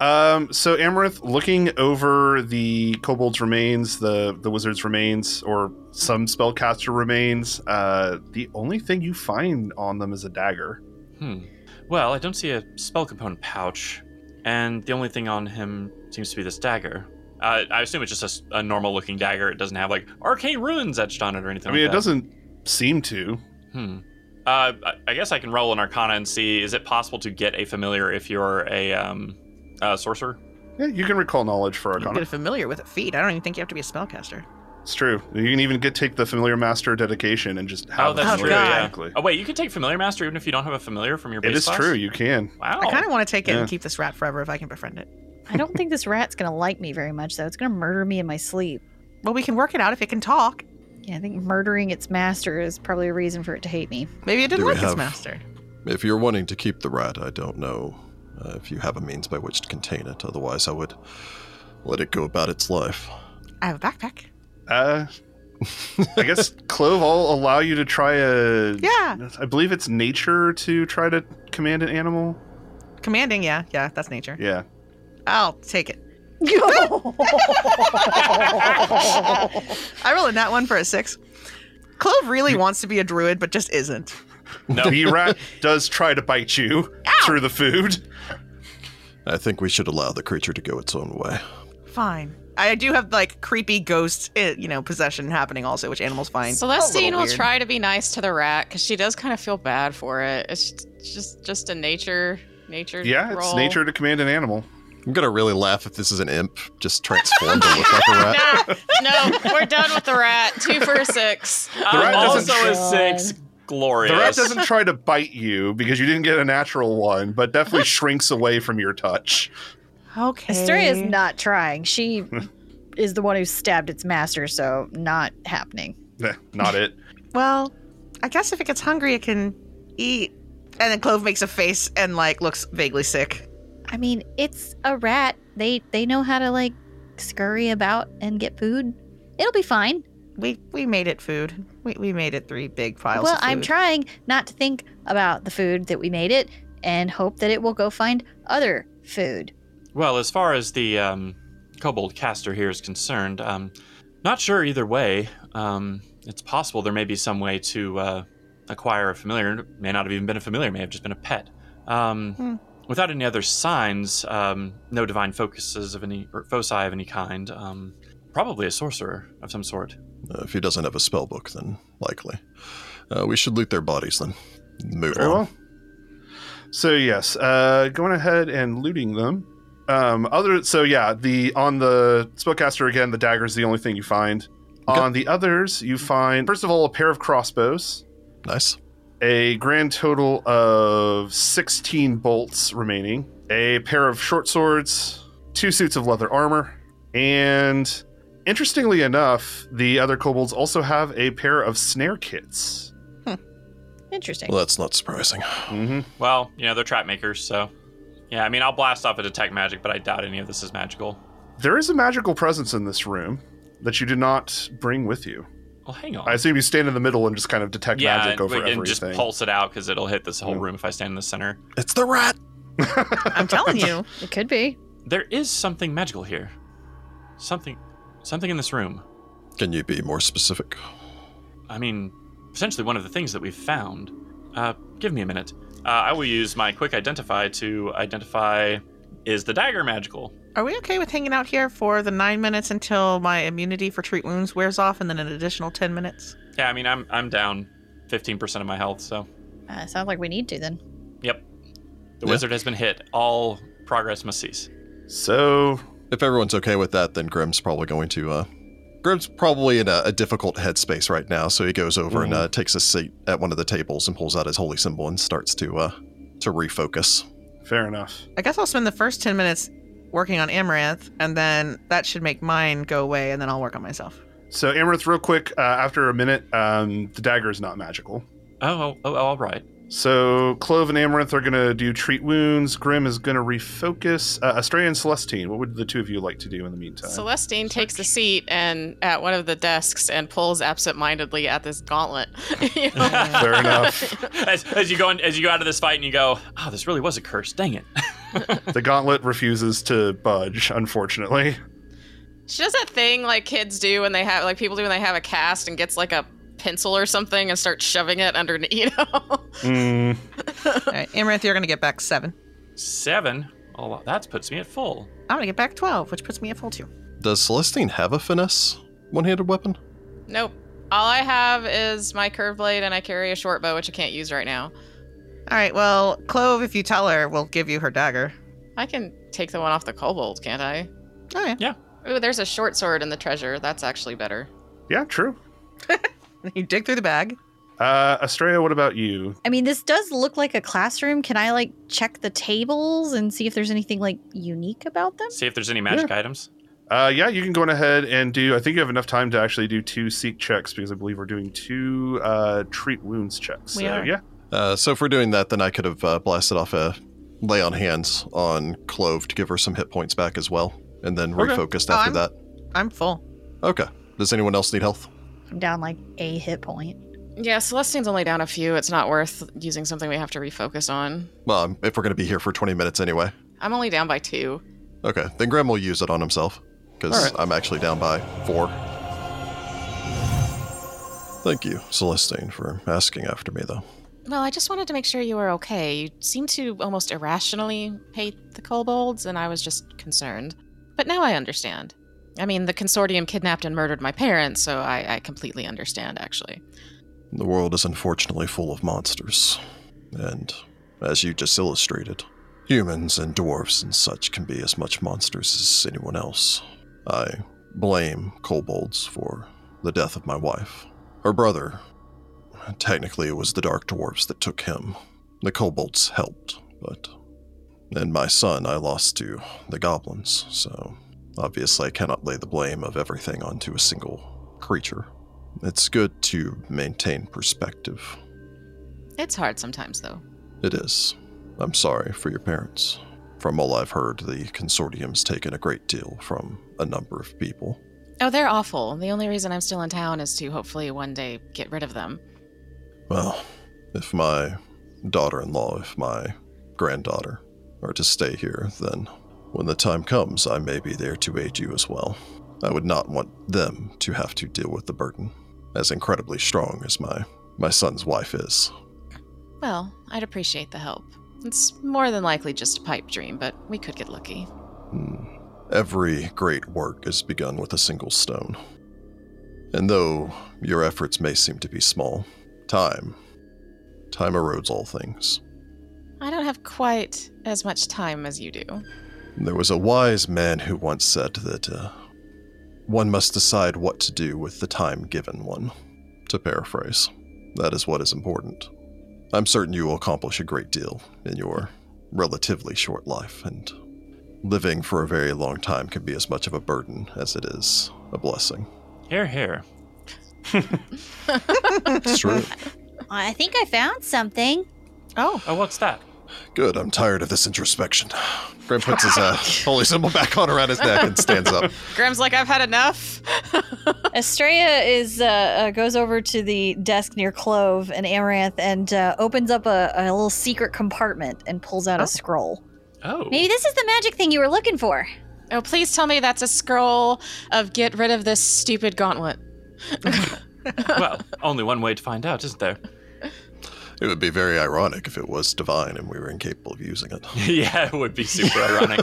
Um, so Amaranth, looking over the kobold's remains, the the wizard's remains, or some spellcaster remains, uh, the only thing you find on them is a dagger. Hmm. Well, I don't see a spell component pouch, and the only thing on him seems to be this dagger. Uh, I assume it's just a s- a, normal-looking dagger. It doesn't have like arcane runes etched on it or anything. I mean, like it that. doesn't seem to. Hmm. Uh, I- I guess I can roll an Arcana and see. Is it possible to get a familiar if you're a um, uh, sorcerer? Yeah, you can recall knowledge for You can get Arcana. familiar with a feat. I don't even think you have to be a spellcaster. It's true. You can even get take the familiar master dedication and just have Oh, that's it true, yeah. automatically. Oh wait, you can take familiar master even if you don't have a familiar from your base It is class? true. You can. Wow. I kind of want to take it Yeah. and keep this rat forever if I can befriend it. I don't think this rat's gonna like me very much, though. It's gonna murder me in my sleep. Well, we can work it out if it can talk. Yeah, I think murdering its master is probably a reason for it to hate me. Maybe it didn't Do we like its have- master. If you're wanting to keep the rat, I don't know uh, if you have a means by which to contain it. Otherwise, I would let it go about its life. I have a backpack. Uh, I guess Clove, I'll allow you to try a. Mm. Yeah, I believe it's nature to try to command an animal. commanding. Yeah, yeah, that's nature. Yeah. I'll take it. I I rolled a nat one for a six. Clove really wants to be a druid, but just isn't. No. The rat does try to bite you through the food. I think we should allow the creature to go its own way. Fine. I do have like creepy ghost, eh, you know, possession happening also, which animals find. a Celestine little will weird. try to be nice to the rat because she does kind of feel bad for it. It's just just, just a nature nature. Yeah, it's roll. nature to command an animal. I'm gonna really laugh if this is an imp just transformed to look like a rat. Nah, no, we're done with the rat. Two for a six. The rat I'm also doesn't- a God. six. Glorious. The rat doesn't try to bite you because you didn't get a natural one, but definitely shrinks away from your touch. Okay. Astrea is not trying. She is the one who stabbed its master, so not happening. Eh, Not it. Well, I guess if it gets hungry, it can eat. And then Clove makes a face and like looks vaguely sick. I mean, it's a rat. They they know how to like scurry about and get food. It'll be fine. We we made it food. We, we made it three big piles. well, of I'm food. trying not to think about the food that we made it and hope that it will go find other food. Well, as far as the um, kobold caster here is concerned, um, not sure either way. Um, it's possible there may be some way to uh, acquire a familiar. It may not have even been a familiar. It may have just been a pet. Um, Hmm. Without any other signs, um, no divine focuses of any or foci of any kind. Um, probably a sorcerer of some sort. Uh, if he doesn't have a spell book, then likely. Uh, we should loot their bodies then. Move Very on. well. Um, So yes, uh, going ahead and looting them. Um, other so yeah, the on the spellcaster again, the dagger is the only thing you find. Okay. On the others, you find first of all a pair of crossbows, Nice. a grand total of sixteen bolts remaining, a pair of short swords, two suits of leather armor, and interestingly enough, the other kobolds also have a pair of snare kits. Interesting. Well, that's not surprising. Mm-hmm. Well, you know they're trap makers, so yeah. I mean, I'll blast off a detect magic, but I doubt any of this is magical. There is a magical presence in this room that you did not bring with you. Well, hang on. I assume you stand in the middle and just kind of detect yeah, magic and, over and everything. just pulse it out because it'll hit this whole Mm. room if I stand in the center. It's the rat. I'm telling you. it could be. There is something magical here. Something something in this room. Can you be more specific? I mean, potentially one of the things that we've found. Uh, give me a minute. Uh, I will use my quick identify to identify is the dagger magical? Are we okay with hanging out here for the nine minutes until my immunity for treat wounds wears off, and then an additional ten minutes? Yeah, I mean, I'm I'm down 15% of my health, so Uh, sounds like we need to then. yep. The Yeah. wizard has been hit. All progress must cease. so, If everyone's okay with that, then Grim's probably going to. Uh, Grim's probably in a, a difficult headspace right now, so he goes over and Mhm. uh, takes a seat at one of the tables and pulls out his holy symbol and starts to uh, to refocus. fair enough. I guess I'll spend the first ten minutes working on Amaranth, and then that should make mine go away, and then I'll work on myself. So, Amaranth, real quick, uh, after a minute, um, the dagger is not magical. Oh, oh, oh all right. So, Clove and Amaranth are going to do treat wounds. Grim is going to refocus. Uh, Astrea and Celestine, what would the two of you like to do in the meantime? Celestine takes a seat and at one of the desks and pulls absentmindedly at this gauntlet. You know? Fair enough. as, as you go in, as you go out of this fight and you go, oh, this really was a curse. Dang it. the gauntlet refuses to budge, unfortunately. She does that thing like kids do when they have like people do when they have a cast and gets like a pencil or something and starts shoving it underneath. You know, Hmm. Mm, All right, Amaranth, you're going to get back seven. Seven. Oh, wow, that puts me at full. I'm going to get back 12, which puts me at full two. Does Celestine have a finesse one-handed weapon? nope. All I have is my curve blade and I carry a short bow, which I can't use right now. All right, well, Clove, if you tell her, we'll give you her dagger. I can take the one off the kobold, can't I? Oh, yeah. Ooh, there's a short sword in the treasure. That's actually better. yeah, true. You dig through the bag. Uh, Estrella, what about you? I mean, this does look like a classroom. Can I like check the tables and see if there's anything like unique about them? See if there's any magic items. Uh, yeah, you can go on ahead and do. I think you have enough time to actually do two seek checks because I believe we're doing two uh, treat wounds checks. We so, are. Yeah. Uh, so if we're doing that, then I could have uh, blasted off a lay on hands on Clove to give her some hit points back as well, and then Okay. refocused Oh, after I'm- that. I'm full. Okay. Does anyone else need health? I'm down like a hit point. Yeah, Celestine's only down a few. It's not worth using something we have to refocus on. Well, um, if we're going to be here for 20 minutes anyway. I'm only down by two. Okay. Then Grim will use it on himself because All right. I'm actually down by four. Thank you, Celestine, for asking after me, though. Well, I just wanted to make sure you were okay. You seem to almost irrationally hate the kobolds, and I was just concerned. But now I understand. I mean, the consortium kidnapped and murdered my parents, so I, I completely understand, actually. The world is unfortunately full of monsters. And, as you just illustrated, humans and dwarves and such can be as much monsters as anyone else. I blame kobolds for the death of my wife. Her brother. Technically, it was the dark dwarves that took him. The kobolds helped, but. And my son I lost to the goblins, so obviously I cannot lay the blame of everything onto a single creature. It's good to maintain perspective. It's hard sometimes, though. It is. I'm sorry for your parents. From all I've heard, the consortium's taken a great deal from a number of people. Oh, they're awful. The only reason I'm still in town is to hopefully one day get rid of them. Well, if my daughter in law, if my granddaughter are to stay here, then when the time comes, I may be there to aid you as well. I would not want them to have to deal with the burden, as incredibly strong as my, my son's wife is. Well, I'd appreciate the help. It's more than likely just a pipe dream, but we could get lucky. Hmm. Every great work is begun with a single stone. And though your efforts may seem to be small, time. Time erodes all things. I don't have quite as much time as you do. There was a wise man who once said that uh, one must decide what to do with the time given one. To paraphrase, that is what is important. I'm certain you will accomplish a great deal in your relatively short life, and living for a very long time can be as much of a burden as it is a blessing. Here, here. It's true. I think I found something. Oh, Oh, what's that? Good, I'm tired of this introspection. Grim puts his uh, holy symbol back on around his neck and stands up. Graham's like, I've had enough. Estrella is uh, uh, goes over to the desk near Clove and Amaranth and uh, opens up a, a little secret compartment and pulls out Oh. a scroll. Oh. Maybe this is the magic thing you were looking for. oh, please tell me that's a scroll of get rid of this stupid gauntlet. well, only one way to find out, isn't there? It would be very ironic if it was divine and we were incapable of using it. yeah, it would be super ironic.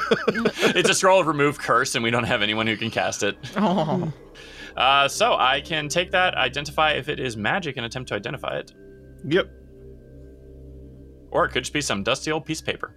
it's a scroll of remove curse, and we don't have anyone who can cast it. oh. Uh, so I can take that, identify if it is magic, and attempt to identify it. Yep. Or it could just be some dusty old piece of paper.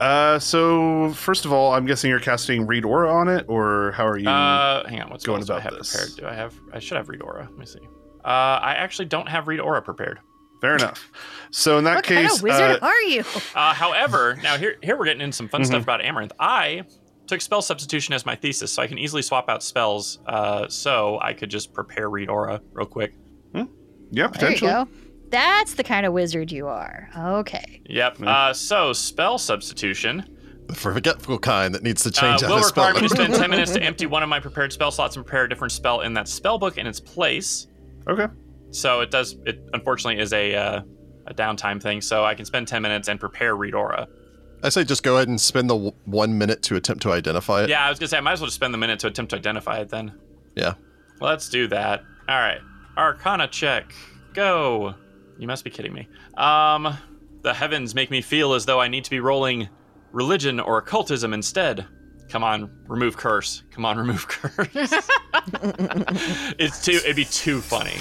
Uh, so first of all, I'm guessing you're casting read aura on it, or how are you? Uh, hang on, what's going going do I about have this? prepared? Do I have? I should have read aura. Let me see. Uh, I actually don't have read aura prepared. Fair enough. So in that What kind case, of wizard uh, are you? Uh, however, now here here we're getting into some fun Mm-hmm. stuff about Amaranth. I took spell substitution as my thesis, so I can easily swap out spells. Uh, so I could just prepare read aura real quick. yeah, There you potentially. go. That's the kind of wizard you are. Okay. Yep. Yeah. Uh, so spell substitution. The forgetful kind that needs to Uh, change out will his spell. require me to spend 10 minutes to empty one of my prepared spell slots and prepare a different spell in that spell book in its place. Okay. So it does. It unfortunately is a uh, a downtime thing, so I can spend 10 minutes and prepare Read Aura. I say just go ahead and spend the w- one minute to attempt to identify it. Yeah, I was gonna say I might as well just spend the minute to attempt to identify it then. Yeah. Let's do that. All right. Arcana check. Go. You must be kidding me. Um, the heavens make me feel as though I need to be rolling religion or occultism instead. Come on, remove curse. Come on, remove curse. it's too. It'd be too funny.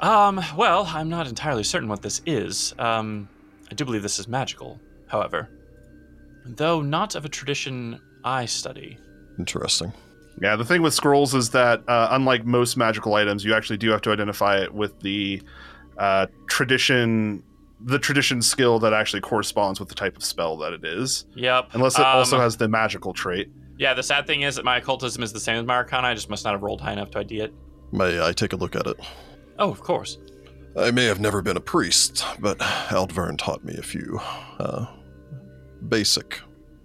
Um. Well, I'm not entirely certain what this is. Um, I do believe this is magical, however, though not of a tradition I study. Interesting. Yeah, the thing with scrolls is that uh, unlike most magical items, you actually do have to identify it with the uh, tradition, the tradition skill that actually corresponds with the type of spell that it is, Yep. unless it also um, has the magical trait. Yeah, the sad thing is that my occultism is the same as my arcana. I just must not have rolled high enough to ID it. May I take a look at it? Oh, of course. I may have never been a priest, but Aldvern taught me a few uh, basic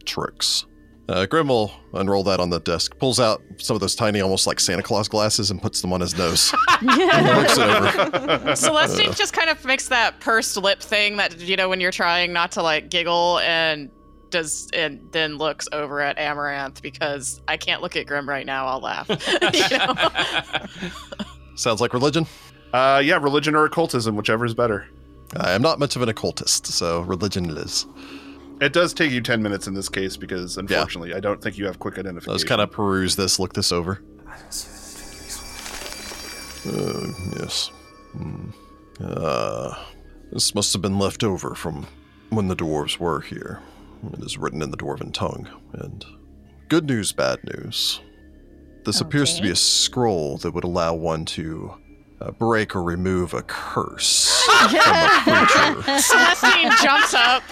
tricks. Uh, Grim will unroll that on the desk, pulls out some of those tiny, almost like Santa Claus glasses, and puts them on his nose. and looks it over. Celestine just kind of makes that pursed lip thing that you know when you're trying not to like giggle and does and then looks over at Amaranth because I can't look at Grim right now. I'll laugh. You know? Sounds like religion. Uh, yeah, religion or occultism, whichever is better. I am not much of an occultist, so religion it is. It does take you 10 minutes in this case because, unfortunately, I don't think you have quick identification. Let's kind of peruse this, look this over. Uh, yes. Hmm. Uh, this must have been left over from when the dwarves were here. It is written in the dwarven tongue. And good news, bad news. This appears to be Okay. a scroll that would allow one to uh, break or remove a curse from a creature, Celestine jumps up.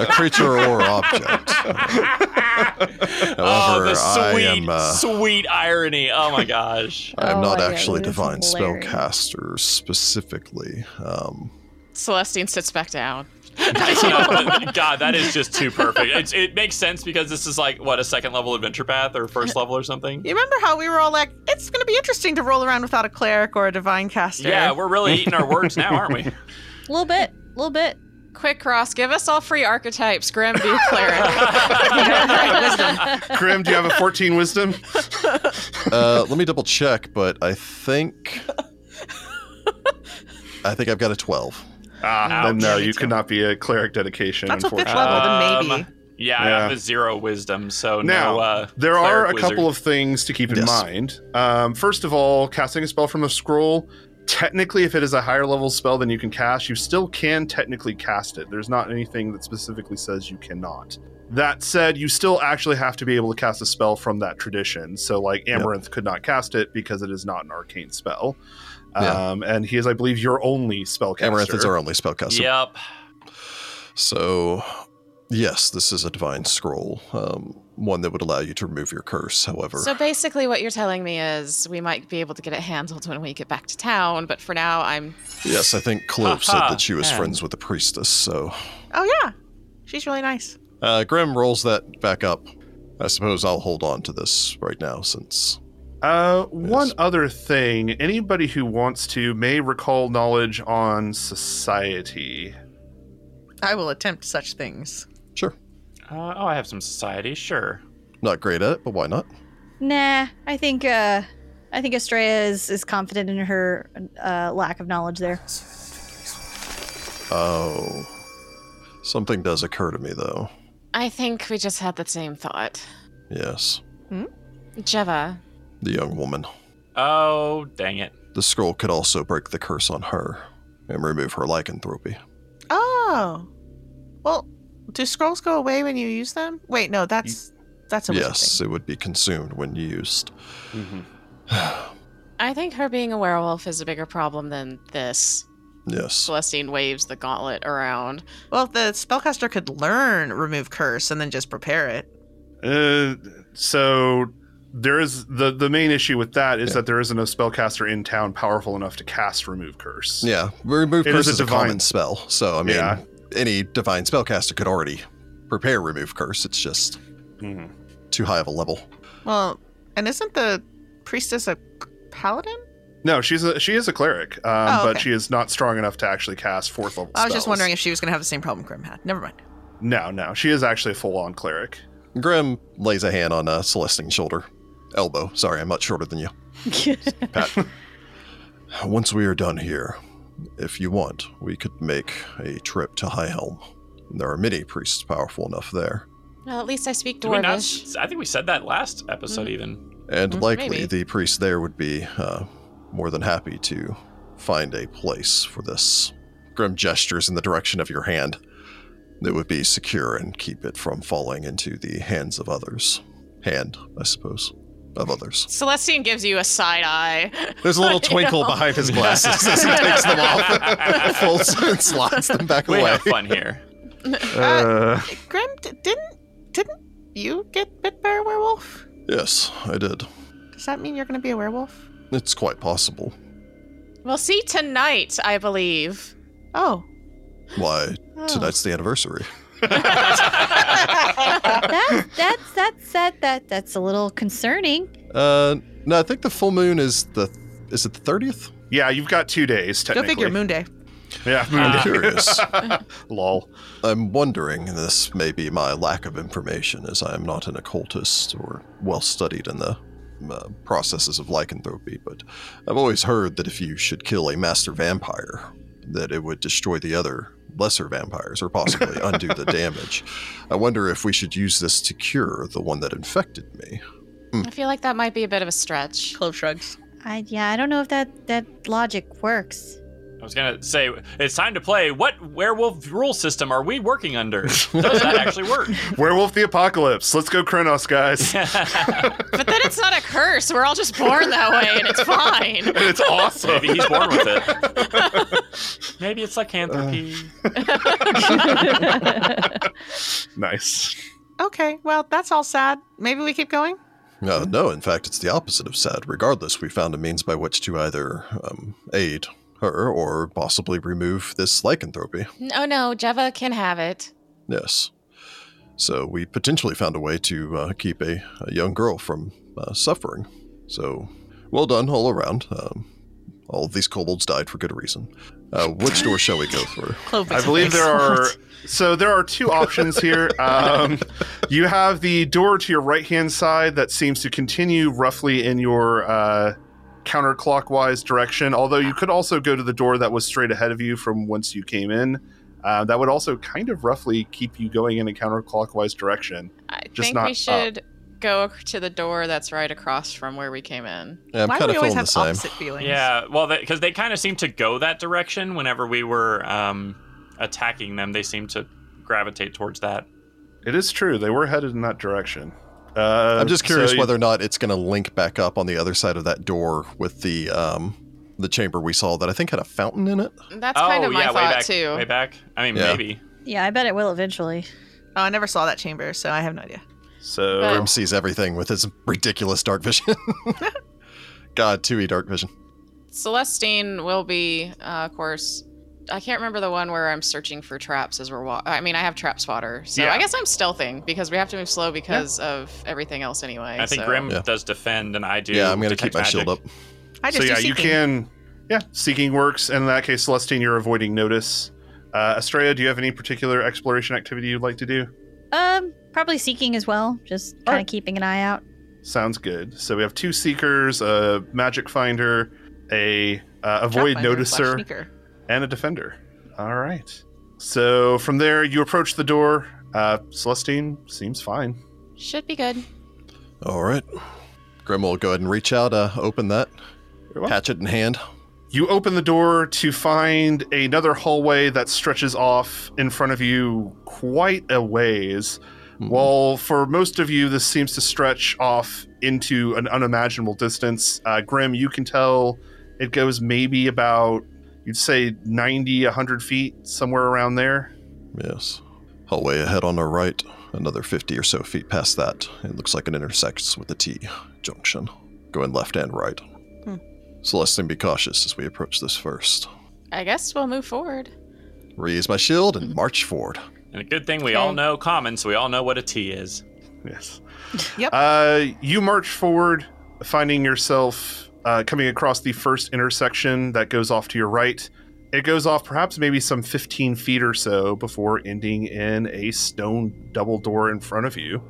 a creature or object. oh, the However, I sweet, am, uh, sweet irony. Oh my gosh. I am Oh not my God, actually this is divine hilarious. spellcaster specifically. Um, Celestine sits back down. God, that is just too perfect. It's, it makes sense because this is like what a second level adventure path or first level or something. You remember how we were all like, it's going to be interesting to roll around without a cleric or a divine caster. Yeah, we're really eating our words now, aren't we? A little bit, a little bit. Quick cross, give us all free archetypes. Grim, be a cleric. Grim, do you have a 14 wisdom? uh, let me double check, but I think I think I've got a twelve. Ah, then no, Ouch. you cannot be a cleric dedication, That's a fifth unfortunately. level, then Um, maybe. Yeah, I Yeah. have a zero wisdom, so Now, no. Uh, there are a cleric couple wizard. of things to keep in Yes. mind. Um, first of all, casting a spell from a scroll, technically, if it is a higher level spell than you can cast, you still can technically cast it. There's not anything that specifically says you cannot. That said, you still actually have to be able to cast a spell from that tradition. So, like, Amaranth could not cast it because it is not an arcane spell. Yeah. Um, and he is, I believe, your only spellcaster. Amaranth is our only spellcaster. Yep. So, yes, this is a divine scroll, um, one that would allow you to remove your curse. However, so basically, what you're telling me is we might be able to get it handled when we get back to town, but for now, I'm yes, I think Clove said Haha, that she was man. friends with the priestess. So, Oh, yeah. She's really nice. uh, Grim rolls that back up. I suppose I'll hold on to this right now since Uh, one other thing. Anybody who wants to may recall knowledge on society. I will attempt such things. sure, Uh, oh, I have some society. Sure. not great at it, but why not? Nah, I think uh, I think Estrella is is confident in her uh, lack of knowledge there. Oh. Something does occur to me, though. I think we just had the same thought. Yes. Jeva, The young woman. Oh, dang it. The scroll could also break the curse on her and remove her lycanthropy. Oh. Well, do scrolls go away when you use them? Wait, no, that's that's a wizard yes, it would be consumed when used. I think her being a werewolf is a bigger problem than this. Yes. Celestine waves the gauntlet around. thing. Well, if the spellcaster could learn remove curse and then just prepare it. Uh, so there is the the main issue with that is that there isn't a spellcaster in town powerful enough to cast remove curse. Yeah. Remove It is curse a is a, divine- common spell, so I mean, Yeah. any divine spellcaster could already prepare remove curse. It's just Mhm. too high of a level. Well, and isn't the priestess a paladin? No, she's a, she is a cleric, um, Oh, but okay. she is not strong enough to actually cast fourth level. I was just spells. wondering if she was going to have the same problem Grim had. Never mind. No, no, she is actually a full on cleric. Grim lays a hand on uh, Celestine's shoulder. Elbow. Sorry, I'm much shorter than you. Once we are done here, if you want, we could make a trip to High Helm. There are many priests powerful enough there, Well, at least I speak Did we not, Dwarvish. s- I think we said that last Mm-hmm. episode, even. and Mm, likely maybe. the priests there would be uh, more than happy to find a place for this. Grim gestures in the direction of your hand. That would be secure and keep it from falling into the hands of others. Hand, I suppose, of others. Celestine gives you a side eye. There's a little I twinkle know. behind his glasses as he takes them off, folds and slides them back We away. have fun here. Uh, Grim, d- didn't didn't you get bit by a werewolf? Yes, I did. Does that mean you're going to be a werewolf? It's quite possible. We'll see tonight, I believe. Oh, Why, Oh. tonight's the anniversary. that, that's that's that that that's a little concerning. Uh, no, I think the full moon is the is it the thirtieth? yeah, you've got two days go technically. figure. Moon Day. Yeah, moon I'm day. curious. Lol. I'm wondering. and This may be my lack of information, as I am not an occultist or well studied in the uh, processes of lycanthropy. But I've always heard that if you should kill a master vampire, that it would destroy the other lesser vampires or possibly undo the damage. I wonder if we should use this to cure the one that infected me. Hmm. I feel like that might be a bit of a stretch. Clove shrugs. I yeah, I don't know if that that logic works. I was gonna say it's time to play. What werewolf rule system are we working under? Does that actually work? Werewolf the apocalypse. Let's go, Kronos, guys. and But then it's not a curse. We're all just born that way, and it's fine. it's awesome. Maybe he's born with it. Maybe it's lycanthropy. Uh, nice. Okay, well that's all sad. Maybe we keep going. Uh, Mm-hmm. no, in fact, it's the opposite of sad. Regardless, we found a means by which to either um, aid her or possibly remove this lycanthropy. Oh no, Jeva can have it. Yes. So we potentially found a way to uh, keep a, a young girl from uh, suffering. So well done all around. Um, all of these kobolds died for good reason. Uh, which door shall we go through? Clove. I believe there are so there are two options here. Um, you have the door to your right hand side that seems to continue roughly in your uh, counterclockwise direction. Although you could also go to the door that was straight ahead of you from whence you came in. Uh, that would also kind of roughly keep you going in a counterclockwise direction. I Just think not we up. should go to the door that's right across from where we came in. Yeah, I'm Why do kind we of always feeling the have same. opposite feelings? yeah, well, because they kind of seem to go that direction whenever we were um, attacking them. They seem to gravitate towards that. It is true they were headed in that direction. Uh, I'm just so curious you- whether or not it's going to link back up on the other side of that door with the um, the chamber we saw that I think had a fountain in it. That's oh, kind of my yeah, way thought back, too. Way back. I mean, Yeah. maybe. Yeah, I bet it will eventually. Oh, I never saw that chamber, so I have no idea. So But- Grim sees everything with his ridiculous dark vision. God, 2e dark vision. Celestine will be, uh, of course. I can't remember the one where I'm searching for traps as we're wa- I mean, I have trap spotter, so Yeah. I guess I'm stealthing because we have to move slow because of everything else anyway. I think so- Grim Yeah. does defend, and I do. yeah, I'm going to keep detect my magic. shield up. I just so do yeah, you seeking. can. Yeah, seeking works, and in that case, Celestine, you're avoiding notice. Uh, Estrella, do you have any particular exploration activity you'd like to do? Um, probably seeking as well. Just kind of Alright. keeping an eye out. Sounds good. So we have two seekers, a magic finder, a uh, avoid Trapfinder slash noticer, sneaker. and a defender. All right. So from there, you approach the door. Uh, Celestine seems fine. should be good. All right. Grim will go ahead and reach out, uh, open that, Very well. hatchet in hand. You open the door to find another hallway that stretches off in front of you quite a ways. Mhm. While for most of you, this seems to stretch off into an unimaginable distance, uh, Grim, you can tell it goes maybe about, you'd say 90, 100 feet, somewhere around there. Yes. Hallway ahead on our right, another 50 or so feet past that. It looks like it intersects with the T junction, going left and right. Hmm. Celestine, be cautious as we approach this first. I guess we'll move forward. Reuse my shield and march forward. And a good thing we all Okay. know common, so we all know what a T is. Yes. Yep. Uh, you march forward, finding yourself uh, coming across the first intersection that goes off to your right. It goes off perhaps maybe some 15 feet or so before ending in a stone double door in front of you.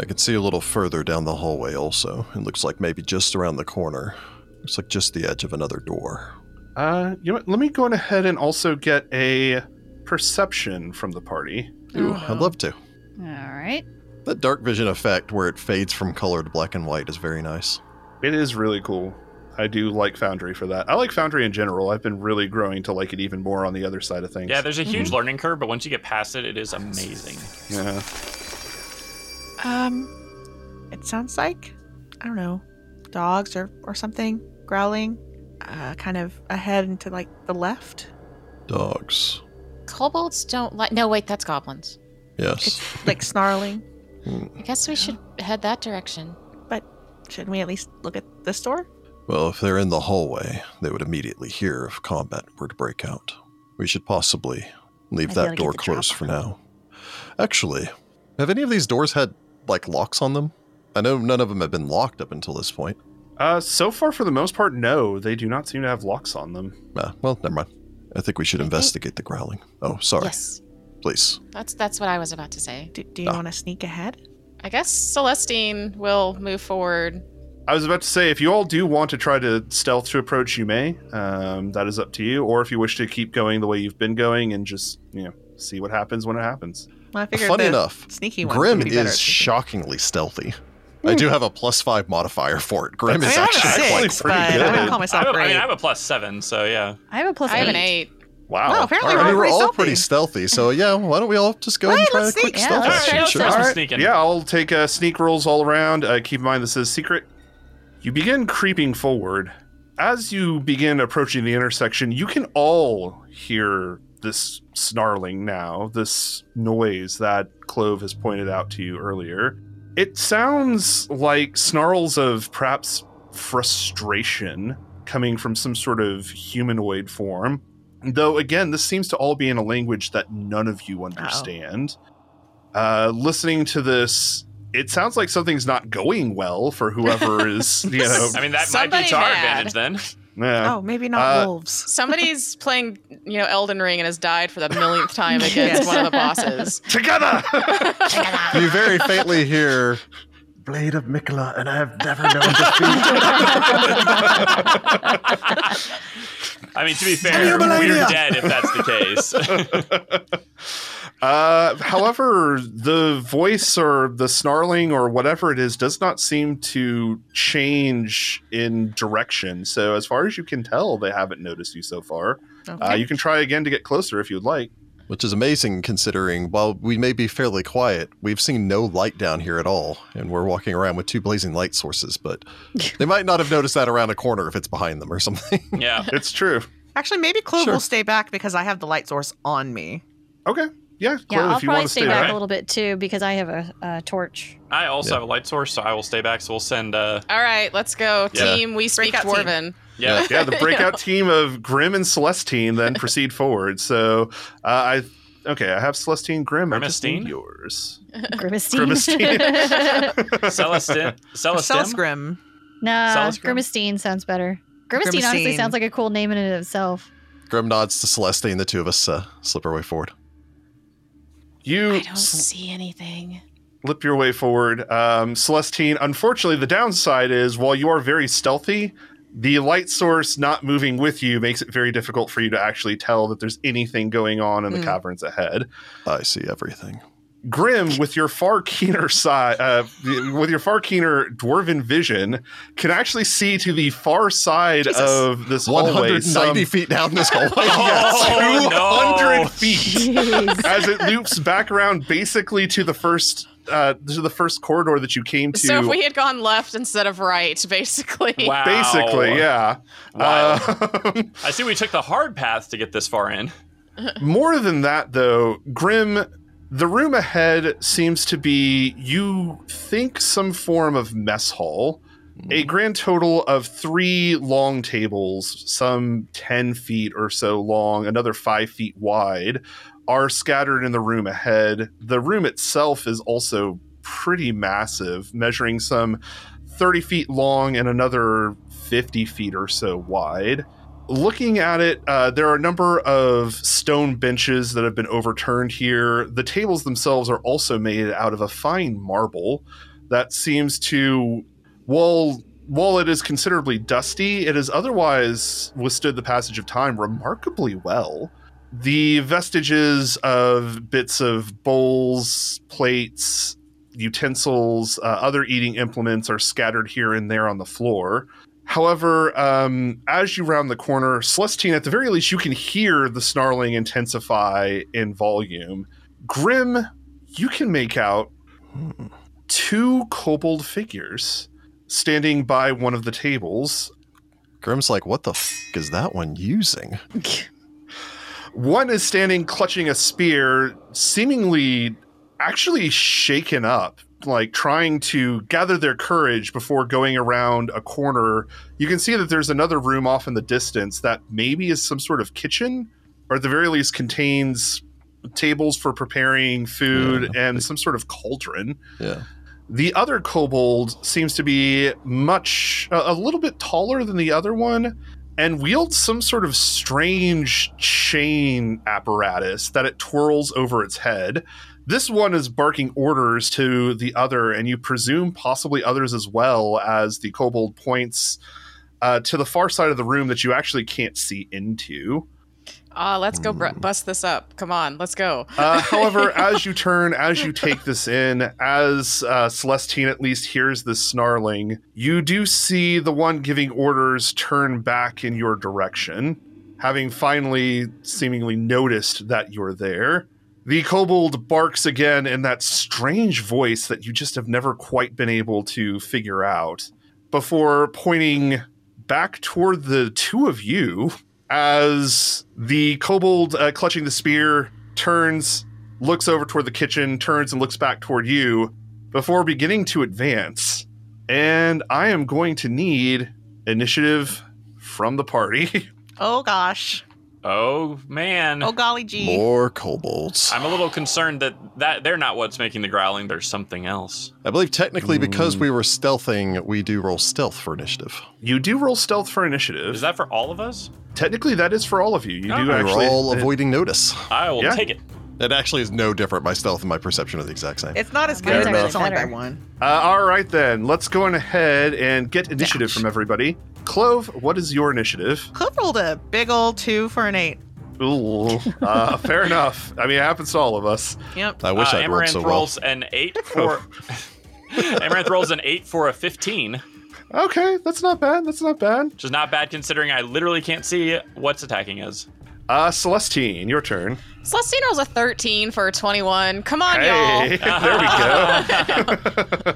I can see a little further down the hallway also. It looks like maybe just around the corner. Looks like just the edge of another door. Uh, you know what? Let me go on ahead and also get a perception from the party. Ooh, Oh, I'd no. love to. All right. That dark vision effect where it fades from color to black and white is very nice. It is really cool. I do like Foundry for that. I like Foundry in general. I've been really growing to like it even more on the other side of things. Yeah, there's a huge learning curve, but once you get past it, it is amazing. yeah. Um, it sounds like I don't know, dogs or or something growling, uh, kind of ahead and to like the left. Dogs. Kobolds don't like. No, wait, that's goblins. Yes. It's like snarling. I guess we should head that direction. Shouldn't we at least look at this door? Well, if they're in the hallway, they would immediately hear if combat were to break out. We should possibly leave I gotta that get door the drop closed for on. now. Actually, have any of these doors had like locks on them? I know none of them have been locked up until this point. Uh, so far, for the most part, no. They do not seem to have locks on them. Ah, well, never mind. I think we should think- investigate the growling. Oh, sorry. Yes, Please. that's that's what I was about to say. Do, do you Ah. want to sneak ahead? I guess Celestine will move forward. I was about to say, if you all do want to try to stealth to approach, you may. Um, that is up to you. Or if you wish to keep going the way you've been going and just, you know, see what happens when it happens. Well, I figured Funny the enough, sneaky one Grim would be better is at sneaking. shockingly stealthy. I do have a plus five modifier for it. Grim I mean, is I have a actually quite six, but I wouldn't call I, myself have, I great. mean, I have a plus seven, so yeah. I have a plus I have an eight. eight. Wow. Wow, apparently All right, we were we're all all pretty pretty stealthy, so yeah, why don't we all just go and Right, try a let's quick sneak. Yeah, stealth let's action? try a sure. stealth. Some All right, sneaking. Yeah, I'll take uh, sneak rolls all around. Uh, keep in mind this is secret. You begin creeping forward. As you begin approaching the intersection, you can all hear this snarling now, this noise that Clove has pointed out to you earlier. It sounds like snarls of perhaps frustration coming from some sort of humanoid form. Though, again, this seems to all be in a language that none of you understand. Uh, listening to this, it sounds like something's not going well for whoever is, you know. I mean, that might be Somebody to our mad. advantage then. yeah. Oh, maybe not Uh, wolves. Somebody's playing, you know, Elden Ring and has died for the millionth time against Yes. one of the bosses. Together! You very faintly hear Blade of Mikola, and I have never known defeat. I mean, to be fair, we're dead if that's the case. Uh, however, the voice or the snarling or whatever it is does not seem to change in direction. So, as far as you can tell, they haven't noticed you so far. Uh, Okay. you can try again to get closer if you'd like. Which is amazing considering while we may be fairly quiet, we've seen no light down here at all, and we're walking around with two blazing light sources, but they might not have noticed that around a corner if it's behind them or something. yeah. It's true. Actually, maybe Clove Sure. will stay back because I have the light source on me. Okay. Yeah. Yeah, Clove, I'll if you want probably to stay, stay back back. a little bit too because I have a, a torch. I also Yeah. have a light source, so I will stay back. So we'll send. Uh, All right, let's go, Yeah. team. We speak Breakout team. Dwarven. yeah. Yeah, the breakout team of Grim and Celestine then proceed forward. So, uh, I. Okay, I have Celestine Grim. I just need Grimestine? yours. Grimacine. Grimacine. Celestin. Celestim? Celestim. nah, Sounds grim. Grimacine sounds better. Grimacine, honestly Grimacine. sounds like a cool name in and of itself. Grim nods to Celeste, and the two of us uh, slip our way forward. You I don't see anything. slip your way forward. Um, Celestine, unfortunately, the downside is while you are very stealthy, the light source not moving with you makes it very difficult for you to actually tell that there's anything going on in the Mm. caverns ahead. I see everything. Grim, with your far keener side, uh, with your far keener dwarven vision, can actually see to the far side Jesus. of this hallway. Some 190 feet down this hallway. Oh, no. 200 feet as it loops back around, basically to the first uh, to the first corridor that you came to. So if we had gone left instead of right, basically. Wow. basically yeah Wild. Um, I see we took the hard path to get this far in. more than that though grim the room ahead seems to be you think some form of mess hall a grand total of three long tables some 10 feet or so long another 5 feet wide are scattered in the room ahead the room itself is also pretty massive measuring some 30 feet long and another 50 feet or so wide. Looking at it, uh, there are a number of stone benches that have been overturned here. The tables themselves are also made out of a fine marble that seems to, while, while it is considerably dusty, it has otherwise withstood the passage of time remarkably well the vestiges of bits of bowls, plates, utensils, uh, other eating implements are scattered here and there on the floor. However, um, as you round the corner, Celestine, at the very least, you can hear the snarling intensify in volume. Grim, you can make out two kobold figures standing by one of the tables. Grim's like, what the f is that one using? One is standing clutching a spear, seemingly actually shaken up, like trying to gather their courage before going around a corner. You can see that there's another room off in the distance that maybe is some sort of kitchen, or at the very least contains tables for preparing food and some sort of cauldron. Yeah. The other kobold seems to be much, a, a little bit taller than the other one, and wields some sort of strange chain apparatus that it twirls over its head. This one is barking orders to the other, and you presume possibly others as well, as the kobold points uh, to the far side of the room that you actually can't see into. Ah, let's go br- bust this up. Come on, let's go. Uh, however, as you turn, as you take this in, as uh, Celestine at least hears this snarling, you do see the one giving orders turn back in your direction, having finally seemingly noticed that you're there. The kobold barks again in that strange voice that you just have never quite been able to figure out before pointing back toward the two of you as the kobold uh, clutching the spear turns, looks over toward the kitchen, turns and looks back toward you before beginning to advance. And I am going to need initiative from the party. Oh gosh. Oh man. Oh golly gee. More kobolds. I'm a little concerned that, that they're not what's making the growling. There's something else. I believe technically Hmm. because we were stealthing, we do roll stealth for initiative. You do roll stealth for initiative. Is that for all of us? Technically, that is for all of you. You Oh. do We're actually. we're all it- avoiding notice. I will Yeah. take it. It actually is no different. My stealth and my perception are the exact same. It's not as Mine's good, but actually it's only by better. one. uh, all right, then. Let's go on ahead and get initiative Dash. from everybody. Clove, what is your initiative? Cliff rolled a big old two for an eight. Ooh, uh, fair enough. I mean, it happens to all of us. Yep. I wish uh, I'd rolled Amaranth so well. rolls an eight for. Amaranth rolls an eight for a fifteen, Okay, that's not bad. That's not bad. which is not bad considering I literally can't see what's attacking us. Uh, Celestine, your turn. Celestine rolls a 13 for a 21. Come on, Hey, y'all. there we go.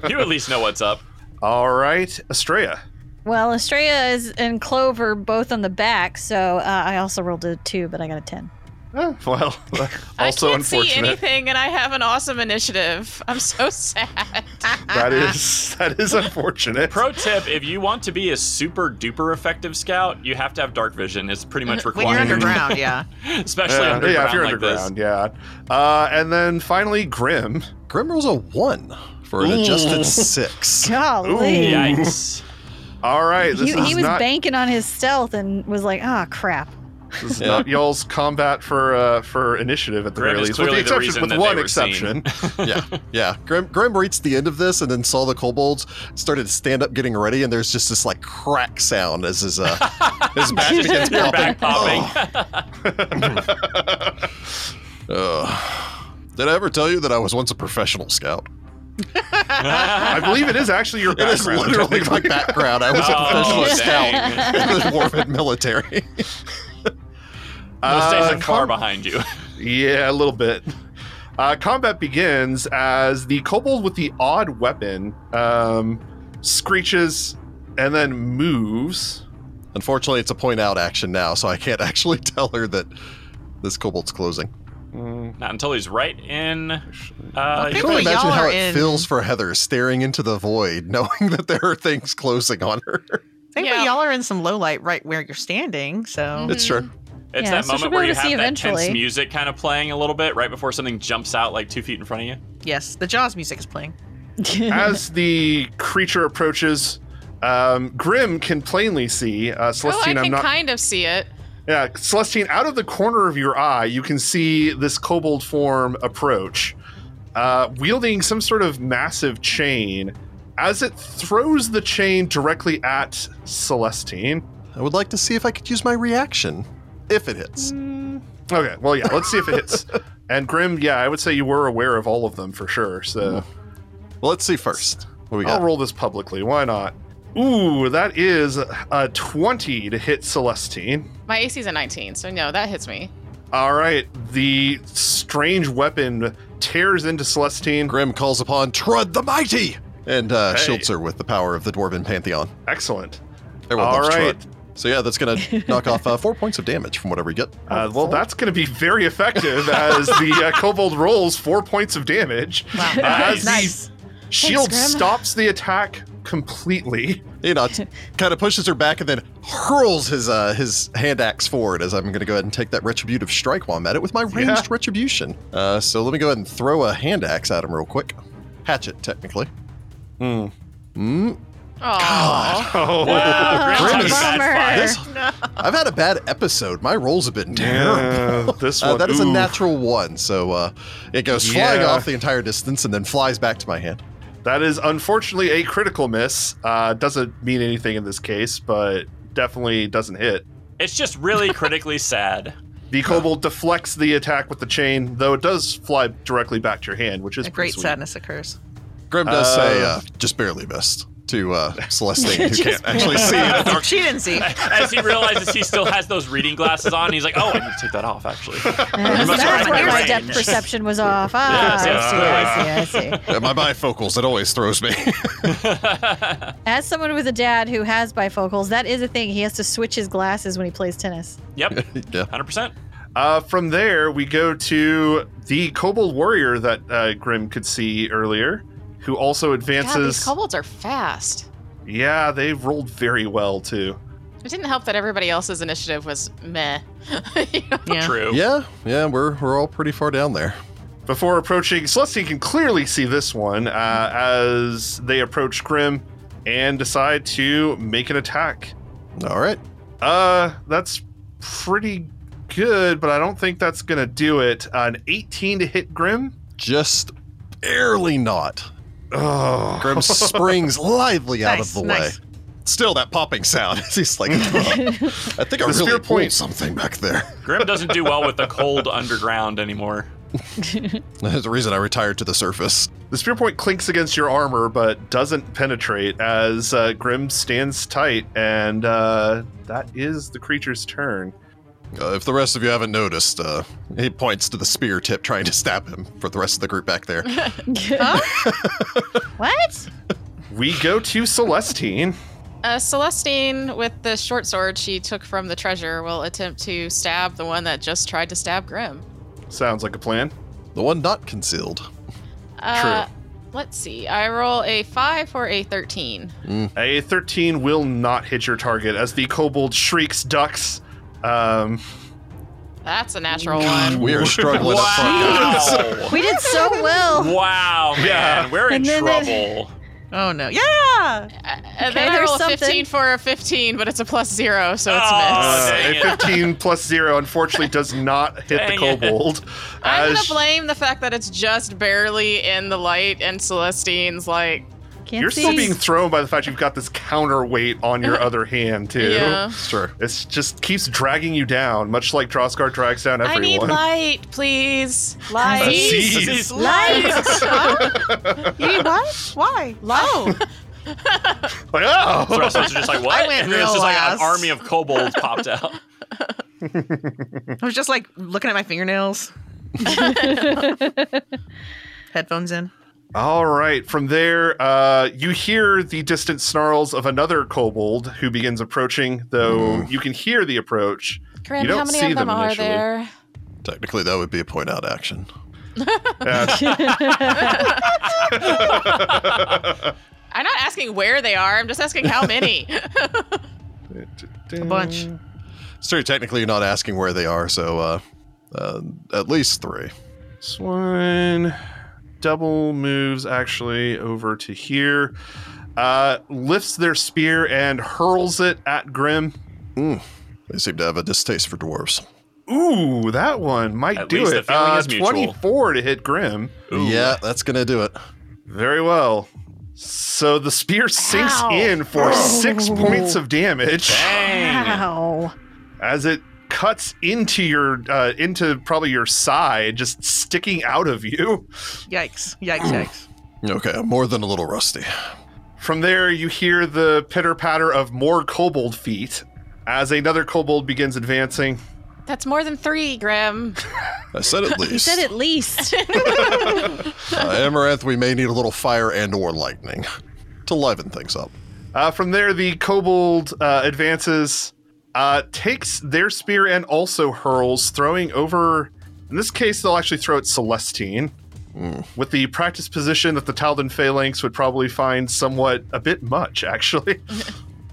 You at least know what's up. All right, Estrella. Well, Estrella is and Clove are both on the back, so uh, I also rolled a two, but I got a ten. Oh, well, I also can't see unfortunate. anything, and I have an awesome initiative. I'm so sad. That is that is unfortunate. Pro tip: If you want to be a super duper effective scout, you have to have dark vision. It's pretty much required, When you're underground, yeah. especially yeah, underground Uh, yeah, if you're like underground, yeah. Uh, and then finally, Grim. Grim rolls a one for an Ooh. adjusted six. this. Golly. Yikes! All right, this He, is he was not banking on his stealth and was like, ah, crap. this is Yeah. not y'all's combat for uh, for initiative at the Grim very is least, with the clearly the exception, reason with that they one were exception. yeah, yeah. Grim Grim reached the end of this and then saw the kobolds started to stand up, getting ready, and there's just this like crack sound as his uh his back Just begins your popping. back popping. Ugh. Oh. Ugh. Did I ever tell you that I was once a professional scout? Oh. I believe it is actually your It is background. literally my background. I was a Oh, professional scout dang. in the Mormon military. Those days Uh, are far com- behind you. Yeah, a little bit. Uh, combat begins as the kobold with the odd weapon um, screeches and then moves. Unfortunately, it's a point out action now, so I can't actually tell her that this kobold's closing. Mm. Not until he's right in. I Uh, can people only imagine y'all how are it in- feels for Heather staring into the void, knowing that there are things closing on her. Thankfully, Yeah. y'all are in some low light right where you're standing, so. It's true. it's Yeah, that so moment she'll be where able you to have see that eventually. tense music kind of playing a little bit right before something jumps out like two feet in front of you. Yes, the Jaws music is playing. as the creature approaches, um, Grim can plainly see uh, oh, I Celestine. can I'm not. kind of see it. yeah, Celestine. Out of the corner of your eye, you can see this kobold form approach, uh, wielding some sort of massive chain. As it throws the chain directly at Celestine. I would like to see if I could use my reaction if it hits. Okay, well, yeah, let's see if it hits. and Grim, yeah, I would say you were aware of all of them for sure. Mm, So Well, let's see first. What we got? I'll roll this publicly. Why not? Ooh, that is a 20 to hit Celestine. My AC's a 19, so no, that hits me. All right, the strange weapon tears into Celestine. Grim calls upon Trud the Mighty and uh, Hey. shields her with the power of the Dwarven Pantheon. Excellent. Everyone All loves right. Trud. So yeah, that's gonna knock off uh, four points of damage from whatever you get. Uh, well, that's going to be very effective as the uh, kobold rolls four points of damage. Wow. Uh, as the nice. Shield Grim. stops the attack completely. You know, kind of pushes her back and then hurls his uh, his hand axe forward. As I'm gonna go ahead and take that retributive strike while I'm at it with my ranged Yeah. retribution. Uh, so let me go ahead and throw a hand axe at him real quick. Hatchet, technically. Mm. Oh, Oh, Wow, Grim's Grim having a is- bad Bummer. fight. This, I've had a bad episode. My rolls have been terrible. yeah, this Uh, one. that is a ooh. natural one, so uh, it goes flying Yeah. off the entire distance and then flies back to my hand. That is unfortunately a critical miss. Uh, doesn't mean anything in this case, but definitely doesn't hit. It's just really critically sad. The kobold deflects the attack with the chain, though it does fly directly back to your hand, which is A pretty great sweet. sadness occurs. Grim does Uh, say, uh, "Just barely missed." To uh, Celestine, who Just can't actually see it. she didn't see. As he realizes he still has those reading glasses on, he's like, "Oh, I need to take that off." Actually, That's must that's have where been my range. depth perception was off. Ah, Yes, I see, I see, I see. Uh, my bifocals, it always throws me. As someone with a dad who has bifocals, that is a thing. He has to switch his glasses when he plays tennis. yep, yeah. hundred percent. Uh, from there, we go to the kobold warrior that uh, Grim could see earlier, who also God, these advances. kobolds are fast. yeah, they rolled very well too. It didn't help that everybody else's initiative was meh. You know? Yeah. True. Yeah, yeah, we're we're all pretty far down there. Before approaching, Celestine can clearly see this one uh, as they approach Grim and decide to make an attack. All right, Uh, that's pretty good, but I don't think that's gonna do it. an 18 to hit Grim. just barely not. Oh, Grim springs lithely out Nice, of the nice. way. Still that popping sound. He's like, I think I The spear really point- point something back there. Grim doesn't do well with the cold underground anymore. There's a reason I retired to the surface. the spear point clinks against your armor, but doesn't penetrate as uh, Grim stands tight, and uh, that is the creature's turn. Uh, if the rest of you haven't noticed, uh, he points to the spear tip trying to stab him for the rest of the group back there. What? We go to Celestine. Uh, Celestine, with the short sword she took from the treasure, will attempt to stab the one that just tried to stab Grim. Sounds like a plan. the one not concealed. Uh, Let's see. I roll a 5 or a 13. A 13 will not hit your target as the kobold shrieks, ducks. Um, That's a natural one. We are struggling up front. guys. Wow. We did so well. wow, man, Yeah. we're in And then trouble. Oh no. Yeah. And then I there's roll a something. 15 for a 15, but it's a plus 0, so it's Oh, uh, missed. dang a it. 15 plus 0 unfortunately does not hit the Dang it. kobold. I'm as- gonna blame the fact that it's just barely in the light, and Celestine's like, Can't You're see. still being thrown by the fact you've got this counterweight on your other hand too. Uh-huh. yeah. It's true. It's just keeps dragging you down, much like Droskar drags down I need everyone. light, please. Light. see. Jesus. You need what? Why? Oh, Like, The oh, rest of us are just like, what? went and then it's real just like last. an army of kobolds popped out. I was just like looking at my fingernails. Headphones in. all right. From there, uh, you hear the distant snarls of another kobold who begins approaching. Though you can hear the approach. Grim, You don't how many see of them, them are initially. there? Technically, that would be a point out action. Uh, I'm not asking where they are. I'm just asking how many. A bunch. It's true. Technically, you're not asking where they are, so uh, uh, at least three. This one, double moves actually over to here. Uh, lifts their spear and hurls it at Grim. They seem to have a distaste for dwarves. Ooh, that one might At do least the it. feeling Uh, is mutual. 24 to hit Grim. Ooh. Yeah, that's gonna do it. Very well. So the spear sinks Ow. in for six points of damage Dang. Ow. as it cuts into your uh, into probably your side, just sticking out of you. Yikes! Yikes! Yikes! Okay, I'm more than a little rusty. From there, you hear the pitter patter of more kobold feet as another kobold begins advancing. That's more than three, Grim. I said at least. He said at least. Uh, Amaranth, we may need a little fire and or lightning to liven things up. Uh, from there, the kobold uh, advances, uh, takes their spear and also hurls, throwing over. In this case, they'll actually throw at Celestine. With the practice position that the Taldan Phalanx would probably find somewhat a bit much, actually.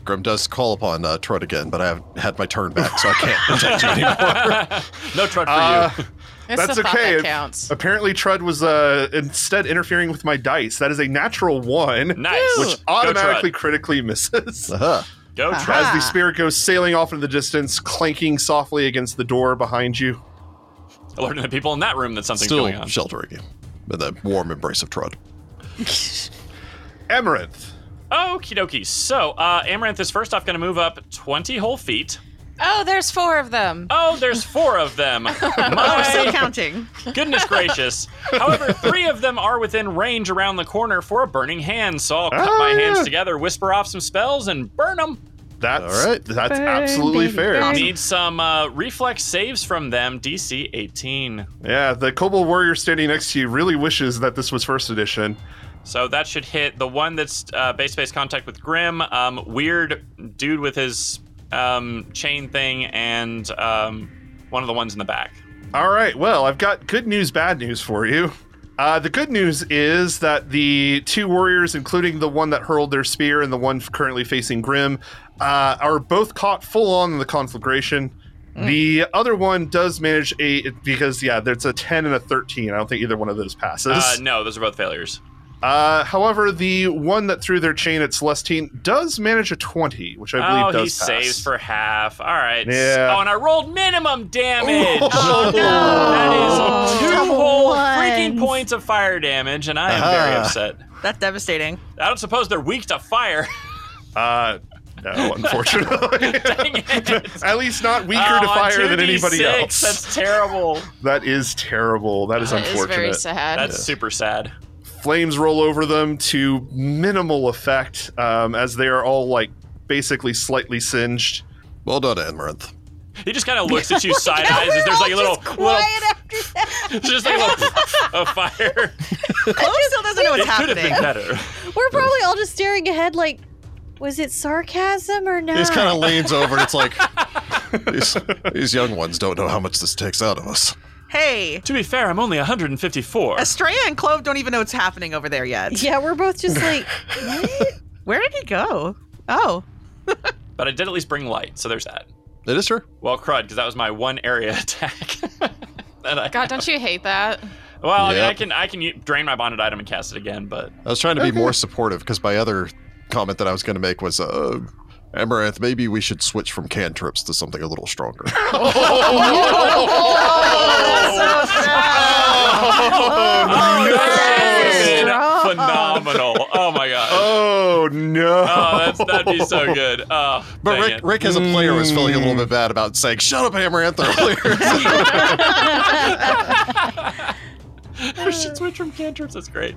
Grim does call upon uh, Trud again, but I have had my turn back, so I can't protect you anymore. No trud for Uh, you. It's That's the thought okay. that counts. Apparently, Trud was uh, instead interfering with my dice. That is a natural one, Nice. which Go automatically Trud. critically misses. Uh-huh. Go As trud. the spear goes sailing off into the distance, clanking softly against the door behind you. Alerting the people in that room that something's going Still on. sheltering you in the warm embrace of Trud. Amaranth. Okie dokie. So, uh, Amaranth is first off going to move up 20 whole feet. Oh, there's four of them. Oh, there's four of them. Oh, we're still My counting. goodness gracious. However, three of them are within range around the corner for a burning hand. So I'll cut my hands Ah. together, whisper off some spells, and burn them. That's All right. That's Burn, absolutely baby, fair. burn. Need some uh, reflex saves from them. DC 18. Yeah, the kobold warrior standing next to you really wishes that this was first edition. So that should hit the one that's uh, base to base contact with Grim, um, weird dude with his um, chain thing, and um, one of the ones in the back. All right. Well, I've got good news, bad news for you. Uh, the good news is that the two warriors, including the one that hurled their spear and the one currently facing Grim, uh, are both caught full on in the conflagration. Hmm. The other one does manage a because yeah, there's a ten and a thirteen. I don't think either one of those passes. Uh, no, those are both failures. Uh, however, the one that threw their chain at Celestine does manage a 20, which I believe oh, he does pass. saves for half. All right. Yeah. Oh, and I rolled minimum damage. Oh, no. That is two Double whole freaking ones. points of fire damage, and I am very Ah. upset. That's devastating. I don't suppose they're weak to fire. Uh, no, unfortunately. Dang it. At least not weaker Oh, to on fire than anybody 2d6, else. That's terrible. That is terrible. That is That is unfortunate. very sad. That's super sad. Flames roll over them to minimal effect um, as they are all like basically slightly singed. Well done, Amaranth. He just kind of looks at you side eyes. as There's like a little, little after that. just like a little of fire. Chloe still doesn't know what's it could have happening. been better. We're probably all just staring ahead like, was it sarcasm or He not? just kind of leans over and it's like, these, these young ones don't know how much this takes out of us. Hey, To be fair, I'm only 154. Estrella and Clove don't even know what's happening over there yet. yeah, we're both just like, what? Where did he go? Oh, But I did at least bring light, so there's that. It is true. Well, crud, because that was my one area attack. that I, God, don't you hate that? well, I mean, I Yep. can I can u- drain my bonded item and cast it again, but I was trying to be more supportive because my other comment that I was going to make was, uh, Amaranth, maybe we should switch from cantrips to something a little stronger. Oh, that Yes. would've been phenomenal! Oh my god! Oh, no. Oh, that's, that'd be so good. Oh, But dang Rick, it. Rick as a player was feeling a little bit bad about saying, shut up, Amaranth, earlier. we should switch from cantrips. That's great.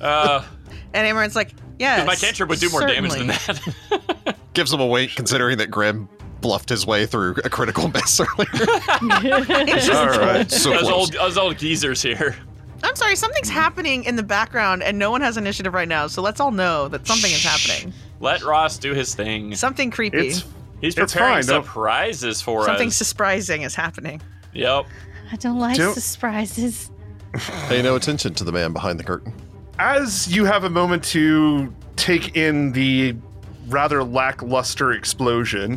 uh, and Amaranth's like, yes. my cantrip would do more damage than that. Gives him a wait considering that Grim bluffed his way through a critical mess earlier. that. All right. so those close. old those old geezers here. I'm sorry, something's happening in the background, and no one has initiative right now. So let's all know that something is happening. Let Ross do his thing. Something creepy. It's He's It's preparing fine, don't- surprises for Something us. surprising is happening. yep. I don't like Don't- surprises. Pay no attention to the man behind the curtain. as you have a moment to take in the rather lackluster explosion.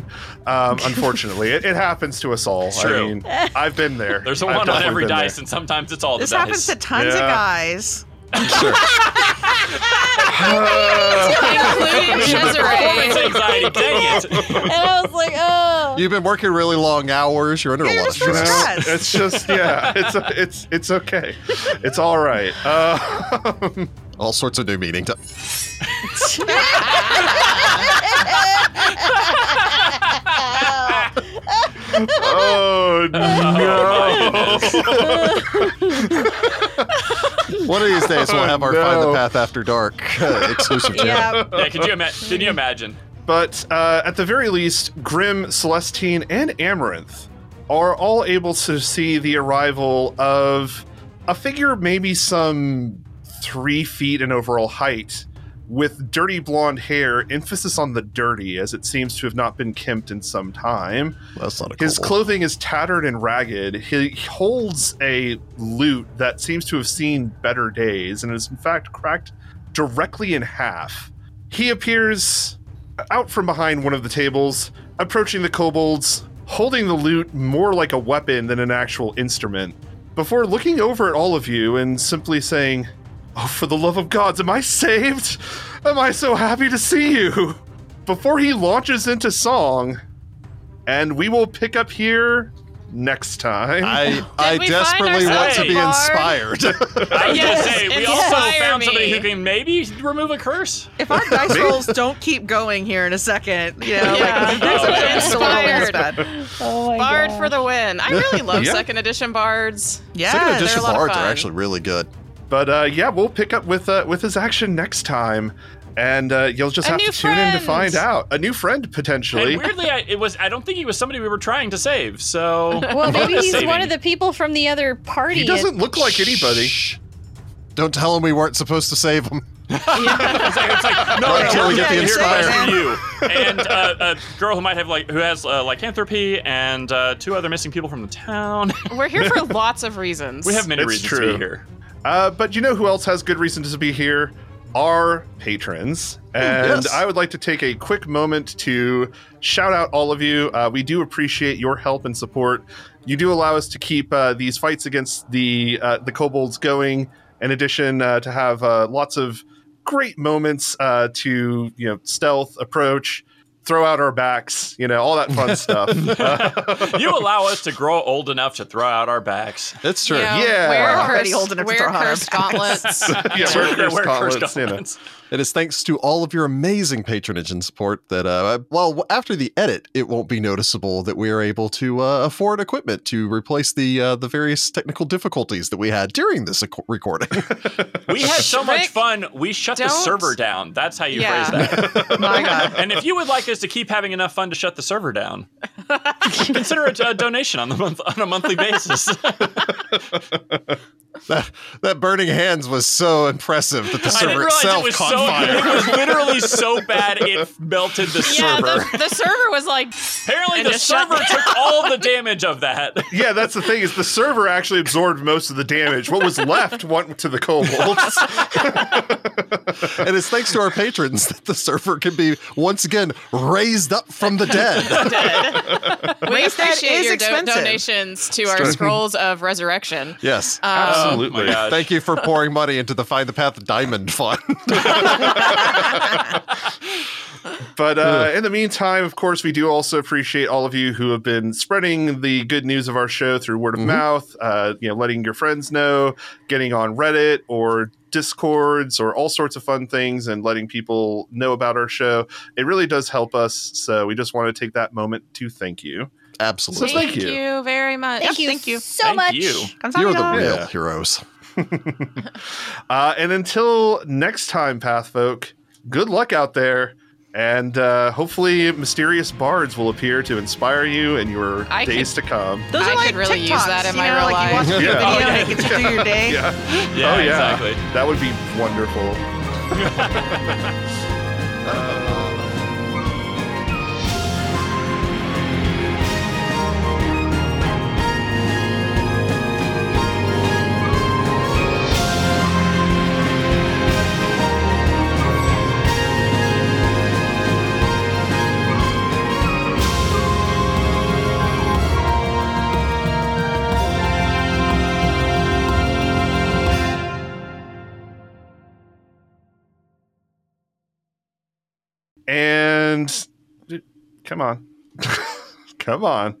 Um, unfortunately, it, it happens to us all. I true. mean, I've been there. There's a I've one on definitely every been there. dice, and sometimes it's all This the dice. happens to tons Yeah. of guys. including Performance Cesare. anxiety. Dang it. And I was like, oh. You've been working really long hours. You're under Yeah, a lot of just for You know, stress. Stress. it's just yeah, it's it's it's okay, it's all right. Uh, All sorts of new meetings. oh no! One of these days, we'll have our Oh, Find the no. Path After Dark uh, exclusive channel. yeah. Yeah, could you ima- can you imagine? but uh, at the very least, Grim, Celestine, and Amaranth are all able to see the arrival of a figure maybe some three feet in overall height with dirty blonde hair, emphasis on the dirty, as it seems to have not been kempt in some time. That's not a His kobold. clothing is tattered and ragged. He holds a lute that seems to have seen better days and is, in fact, cracked directly in half. He appears out from behind one of the tables, approaching the kobolds, holding the lute more like a weapon than an actual instrument, before looking over at all of you and simply saying, Oh, for the love of gods, am I saved? Am I so happy to see you? Before he launches into song, and we will pick up here next time. I, I we find desperately want to be ourselves inspired. I was Yes, gonna say we inspire also found somebody me. who can maybe remove a curse. If our dice rolls don't keep going here in a second, you know, Yeah. like there's Oh, something that's still rolling this inspired. bad. Oh my Bard God. for the win. I really love Yeah. second edition bards. Yeah, Second they're edition a lot of bards are fun. actually really good. But uh, yeah, we'll pick up with uh, with his action next time, and uh, you'll just A have to new tune in to friend! find out a new friend potentially. And weirdly, I, it was I don't think he was somebody we were trying to save. So Well, maybe he's Saving. one of the people from the other party. He doesn't look like anybody. Don't tell him we weren't supposed to save him. it's like, it's like, no, Not no, until we we're get here- the we're inspire. here for you and uh, a girl who might have like who has uh, lycanthropy and uh, two other missing people from the town. We're here for lots of reasons. we have many It's reasons true. to be here. Uh, but you know who else has good reason to be here? Our patrons. And yes. I would like to take a quick moment to shout out all of you. Uh, we do appreciate your help and support. You do allow us to keep uh, these fights against the uh, the kobolds going. In addition, uh, to have uh, lots of great moments uh, to you know stealth approach, throw out our backs, you know all that fun stuff. Uh, You allow us to grow old enough to throw out our backs. It's You true. know, Yeah. Wear We're already cursed, old enough to wear throw out our cursed gauntlets. yeah, So we're we're cursed cursed gauntlets, you know. gauntlets. It is thanks to all of your amazing patronage and support that, uh, well, after the edit, it won't be noticeable that we are able to uh, afford equipment to replace the uh, the various technical difficulties that we had during this ac- recording. We had so much Rick, fun, we shut the don't- server down. That's how you Yeah. phrase that. My God. And if you would like us to keep having enough fun to shut the server down, consider a, a donation on the month on a monthly basis. that, that burning hands was so impressive that the I didn't server realize it itself was caught so fire. it was literally so bad it melted the yeah, server. the, the server was like, Apparently, and the just shut server down. took all the damage of that. Yeah, that's the thing is the server actually absorbed most of the damage. What was left went to the kobolds. and it's thanks to our patrons that the server can be once again raised up from the dead. we Raise that appreciate is your do- expensive. donations to our scrolls of resurrection. Um, yes. Oh my gosh. Thank you for pouring money into the Find the Path Diamond Fund. But uh, in the meantime, of course, we do also appreciate all of you who have been spreading the good news of our show through word of mouth, uh, you know, letting your friends know, getting on Reddit or discords or all sorts of fun things and letting people know about our show. It really does help us. So we just want to take that moment to thank you. So Absolutely. thank, you. very much. Thank you. thank you. so Thank much. you. Comes You're out the y'all. real Yeah. heroes. Uh, and until next time, Pathfolk, good luck out there. And uh, hopefully, mysterious bards will appear to inspire you in your I days to come. Those I are like could really TikToks, use that in you my know, real like you watch life. the Yeah. video Oh, and it gets you through your day. Yeah, oh, yeah. exactly. That would be wonderful. And come on. come on.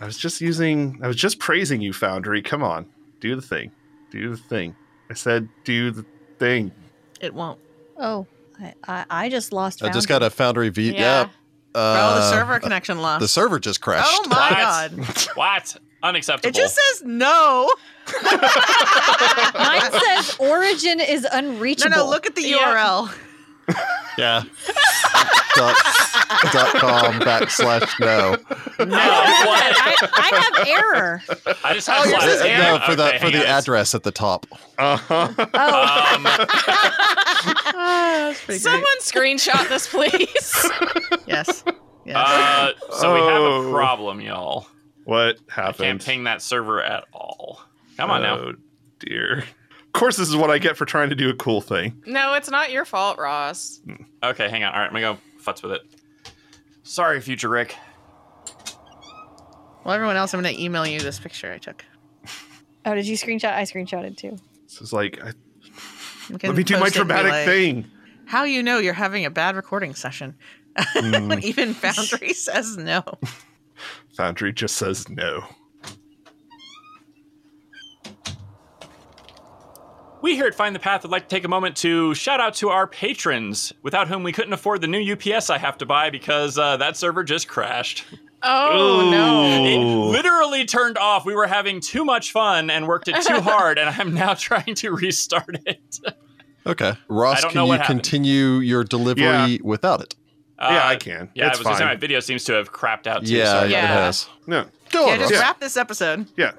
I was just using I was just praising you, Foundry. Come on. Do the thing. Do the thing. I said do the thing. It won't. Oh, I, I, I just lost. I just round. got a Foundry V. Yeah. Yeah. Uh, oh, the server connection lost. The server just crashed. oh my What? god. What? Unacceptable. It just says no. Mine says origin is No, unreachable. no, look at the Yeah. URL. Yeah. dot, dot com backslash no. no, what? I, I have error. I just had yours slash is and- Oh, Uh, no, for the okay, for hang the on. address at the top. Uh-huh. Oh, Um, Someone. Someone screenshot this, please. Yes. Yes. uh, so we have a Oh. problem, y'all. What I can't happened? ping that server at all. Come on now. Oh dear. Of course this is what I get for trying to do a cool thing. no, it's not your fault, Ross. Oh. Okay, hang on. All right, I'm gonna go futz with it. Sorry, future Rick. well, everyone else, I'm going to email you this picture I took. oh, did you screenshot? I screenshotted too. This is like I, You can let me do my post it and be dramatic like, thing. How you know you're having a bad recording session when even Foundry says no. Foundry just says no. We here at Find the Path would like to take a moment to shout out to our patrons, without whom we couldn't afford the new UPS I have to buy because uh, that server just crashed. Oh no. It Ooh. literally turned off. We were having too much fun and worked it too hard, and I'm now trying to restart it. Okay. Ross, don't can know you what happened. continue your delivery Yeah. without it? yeah, Uh, I can. Yeah, it's I was gonna say my fine. video seems to have crapped out too. yeah, so- it Yeah. has. No. Go Yeah, on, just Ross. wrap this episode. Yeah.